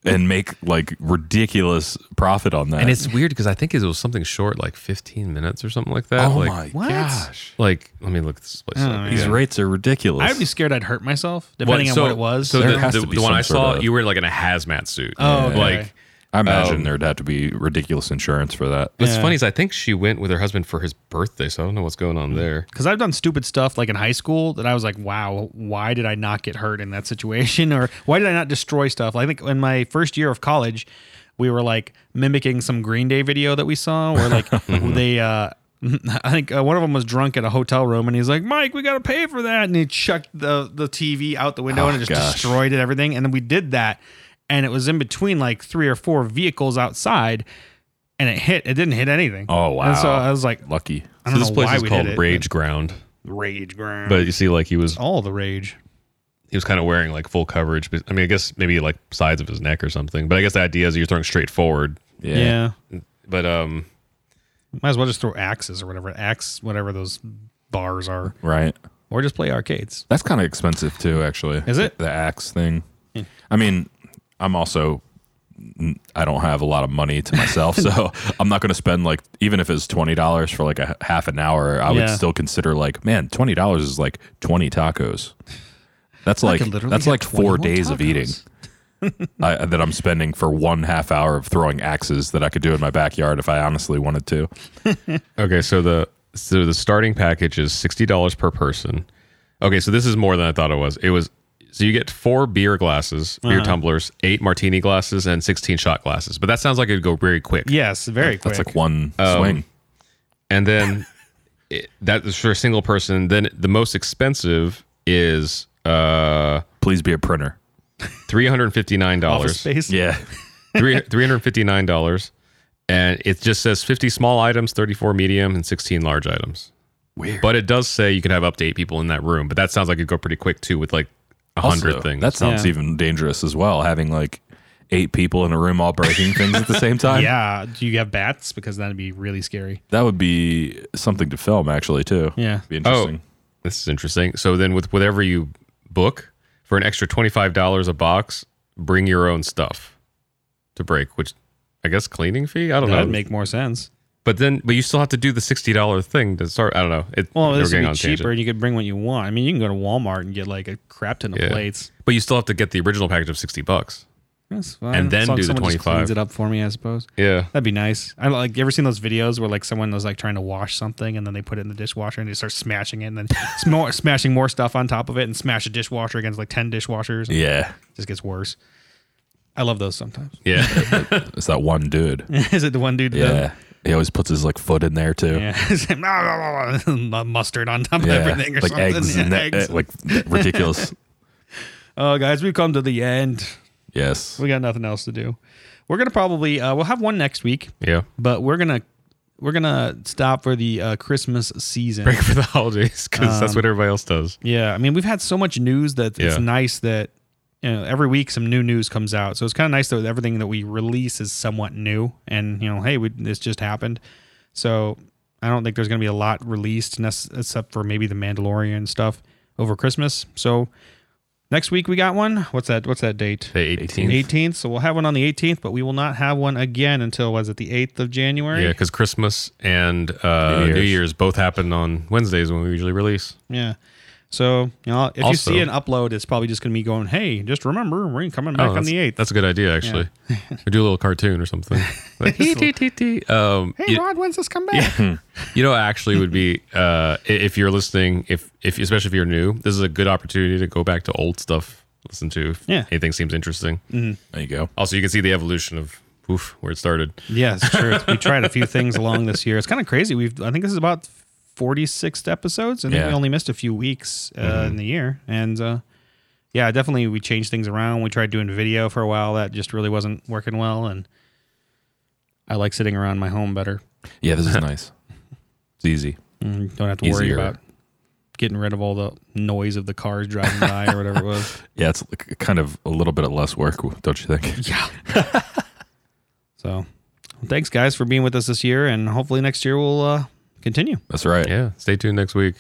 and make like ridiculous profit on that.
and it's weird because I think it was something short, like fifteen minutes or something like that.
oh
like,
my
What?
gosh,
Like, let me look this place up.
these rates are ridiculous.
I'd be scared I'd hurt myself, depending on
so-
what it was.
So
There
the,
has
the,
to be
the one
some
I
sort
saw,
of-
you were in like in a hazmat suit.
Oh, okay.
like
I imagine there'd have to be ridiculous insurance for that.
what's funny is I think she went with her husband for his birthday, so I don't know what's going
Hmm.
on there.
because I've done stupid stuff like in high school that I was like, wow, why did I not get hurt in that situation? *laughs* Or why did I not destroy stuff? I think in my first year of college, we were like mimicking some Green Day video that we saw where
*laughs*
like
Mm-hmm.
they, uh, *laughs* I think uh, one of them was drunk at a hotel room and he's like, Mike, we got to pay for that. And he chucked the, the TV out the
Oh,
window and it just
gosh.
destroyed it, everything. And then we did that. And it was in between like three or four vehicles outside and it hit, it didn't hit anything.
Oh,
And so
wow.
I was like,
Lucky.
I
So
don't
this
know
place
why
is
we
called
did it,
Rage Ground,
but- Rage Ground.
but you see, like he was
all the rage.
he was kind of wearing like full coverage. But I mean, I guess maybe like sides of his neck or something. But I guess the idea is you're throwing straight forward.
Yeah.
Yeah.
But um,
Might as well just throw axes or whatever. Axe, whatever those bars are.
Right.
Or just play arcades.
That's kind of expensive too, actually.
Is it? Hmm.
the, the axe thing? I mean, I'm also I don't have a lot of money to
*laughs*
myself, so I'm not going to spend like even if it's twenty dollars for like a h- half an hour. I would
Yeah.
still consider like, man, twenty dollars is like twenty tacos. That's like
could literally
that's
have
like four
21
days of
tacos.
eating I, that I'm spending for one half hour of throwing axes that I could do in my backyard if I honestly wanted to.
Okay, so the so the starting package is sixty dollars per person. Okay, so this is more than I thought it was. It was so you get four beer glasses, beer
Uh-huh.
tumblers, eight martini glasses, and sixteen shot glasses. But that sounds like it'd go very quick.
Yes, very quick.
That's like one swing.
And then it, that is for a single person. Then the most expensive is uh
Please be a printer.
three hundred fifty nine
Office
dollars.
space.
Yeah,
Three three hundred fifty nine dollars, and it just says fifty small items, thirty four medium, and sixteen large items.
weird.
But it does say you could have up to eight people in that room, but that sounds like it'd go pretty quick too with like a hundred
Also,
things.
That sounds
Yeah.
even dangerous as well. Having like eight people in a room all breaking things at the
*laughs*
same time.
Yeah. Do you have bats? Because that'd be really scary.
That would be something to film actually too.
Yeah.
Be
oh,
interesting.
this is interesting. So then with whatever you book for an extra twenty five dollars a box, bring your own stuff to break, which I guess cleaning fee. I don't know.
That'd make more sense.
but then, but you still have to do the sixty dollar thing to start. I don't know. It,
Well,
they were
this would
getting
be
on a tangent.
cheaper, and you could bring what you want. I mean, you can go to Walmart and get like a crap ton of
Yeah.
plates.
But you still have to get the original package of sixty bucks.
That's fine.
And
As
then
long
do
as
the
someone just
25.
Cleans it up for me, I suppose.
Yeah.
That'd be nice. I don't like. You ever seen those videos where like someone was like trying to wash something and then they put it in the dishwasher and they start smashing it and then *laughs* sm- smashing more stuff on top of it and smash a dishwasher against like ten dishwashers. and
Yeah.
It just gets worse. I love those sometimes.
Yeah. *laughs*
It's that one dude.
*laughs* Is it the one dude? that-
Yeah. He always puts his like foot in there too.
*laughs* Yeah. *laughs* It's like, "Blah, blah, blah, blah," mustard on top of
Yeah,
everything or
like
something.
eggs,
*laughs* Yeah,
and that-
eggs.
like ridiculous.
*laughs* oh, guys, we've come to the end.
yes,
We got nothing else to do. We're gonna probably uh, we'll have one next week,
yeah.
but we're gonna we're gonna stop for the uh, Christmas season.
Break for the holidays because that's
Um,
what everybody else does.
Yeah, I mean, we've had so much news that it's
Yeah.
nice that you know every week some new news comes out. So it's kind of nice that everything that we release is somewhat new, and you know, hey, we, this just happened. So I don't think there's going to be a lot released, nes- except for maybe the Mandalorian stuff over Christmas. So next week we got one. What's that? What's that date?
The eighteenth.
18th. So we'll have one on the 18th, but we will not have one again until was it the 8th of January?
Yeah, because Christmas and uh,
New
New, Year's.
Year's.
both happen on Wednesdays when we usually release.
Yeah. So, you know, if
Also-
you see an upload, it's probably just going to be going, hey, just remember, we're coming back
Oh,
on
that's-
the 8th.
That's a good idea, actually. we do a little cartoon
*laughs*
or something. Like, um,
Hey,
you,
Rod, when's this come back?
*laughs* you know, actually,
*laughs*
would be uh, i- if you're listening, if if especially if you're new, this is a good opportunity to go back to old stuff, listen to if
Yeah. Mm.
anything seems interesting.
there you go.
Also, you can see the evolution of oof, where it started.
Yes, it's true. we tried a few things along this year. It's kind of crazy. We've, I think this is about 46th episodes, and
Yeah.
we only missed a few weeks uh,
Mm-hmm.
in the year. And uh, yeah, definitely we changed things around. We tried doing video for a while. That just really wasn't working well. And I like sitting around my home better.
Yeah,
*laughs*
this is nice. It's easy.
Mm, don't have to worry
Easier.
about getting rid of all the noise of the cars driving by or whatever it was.
Yeah, it's like kind of a little bit of less work, don't you think?
Yeah. so, well, thanks guys for being with us this year, and hopefully next year we'll uh, continue.
That's right.
Yeah, stay tuned next week.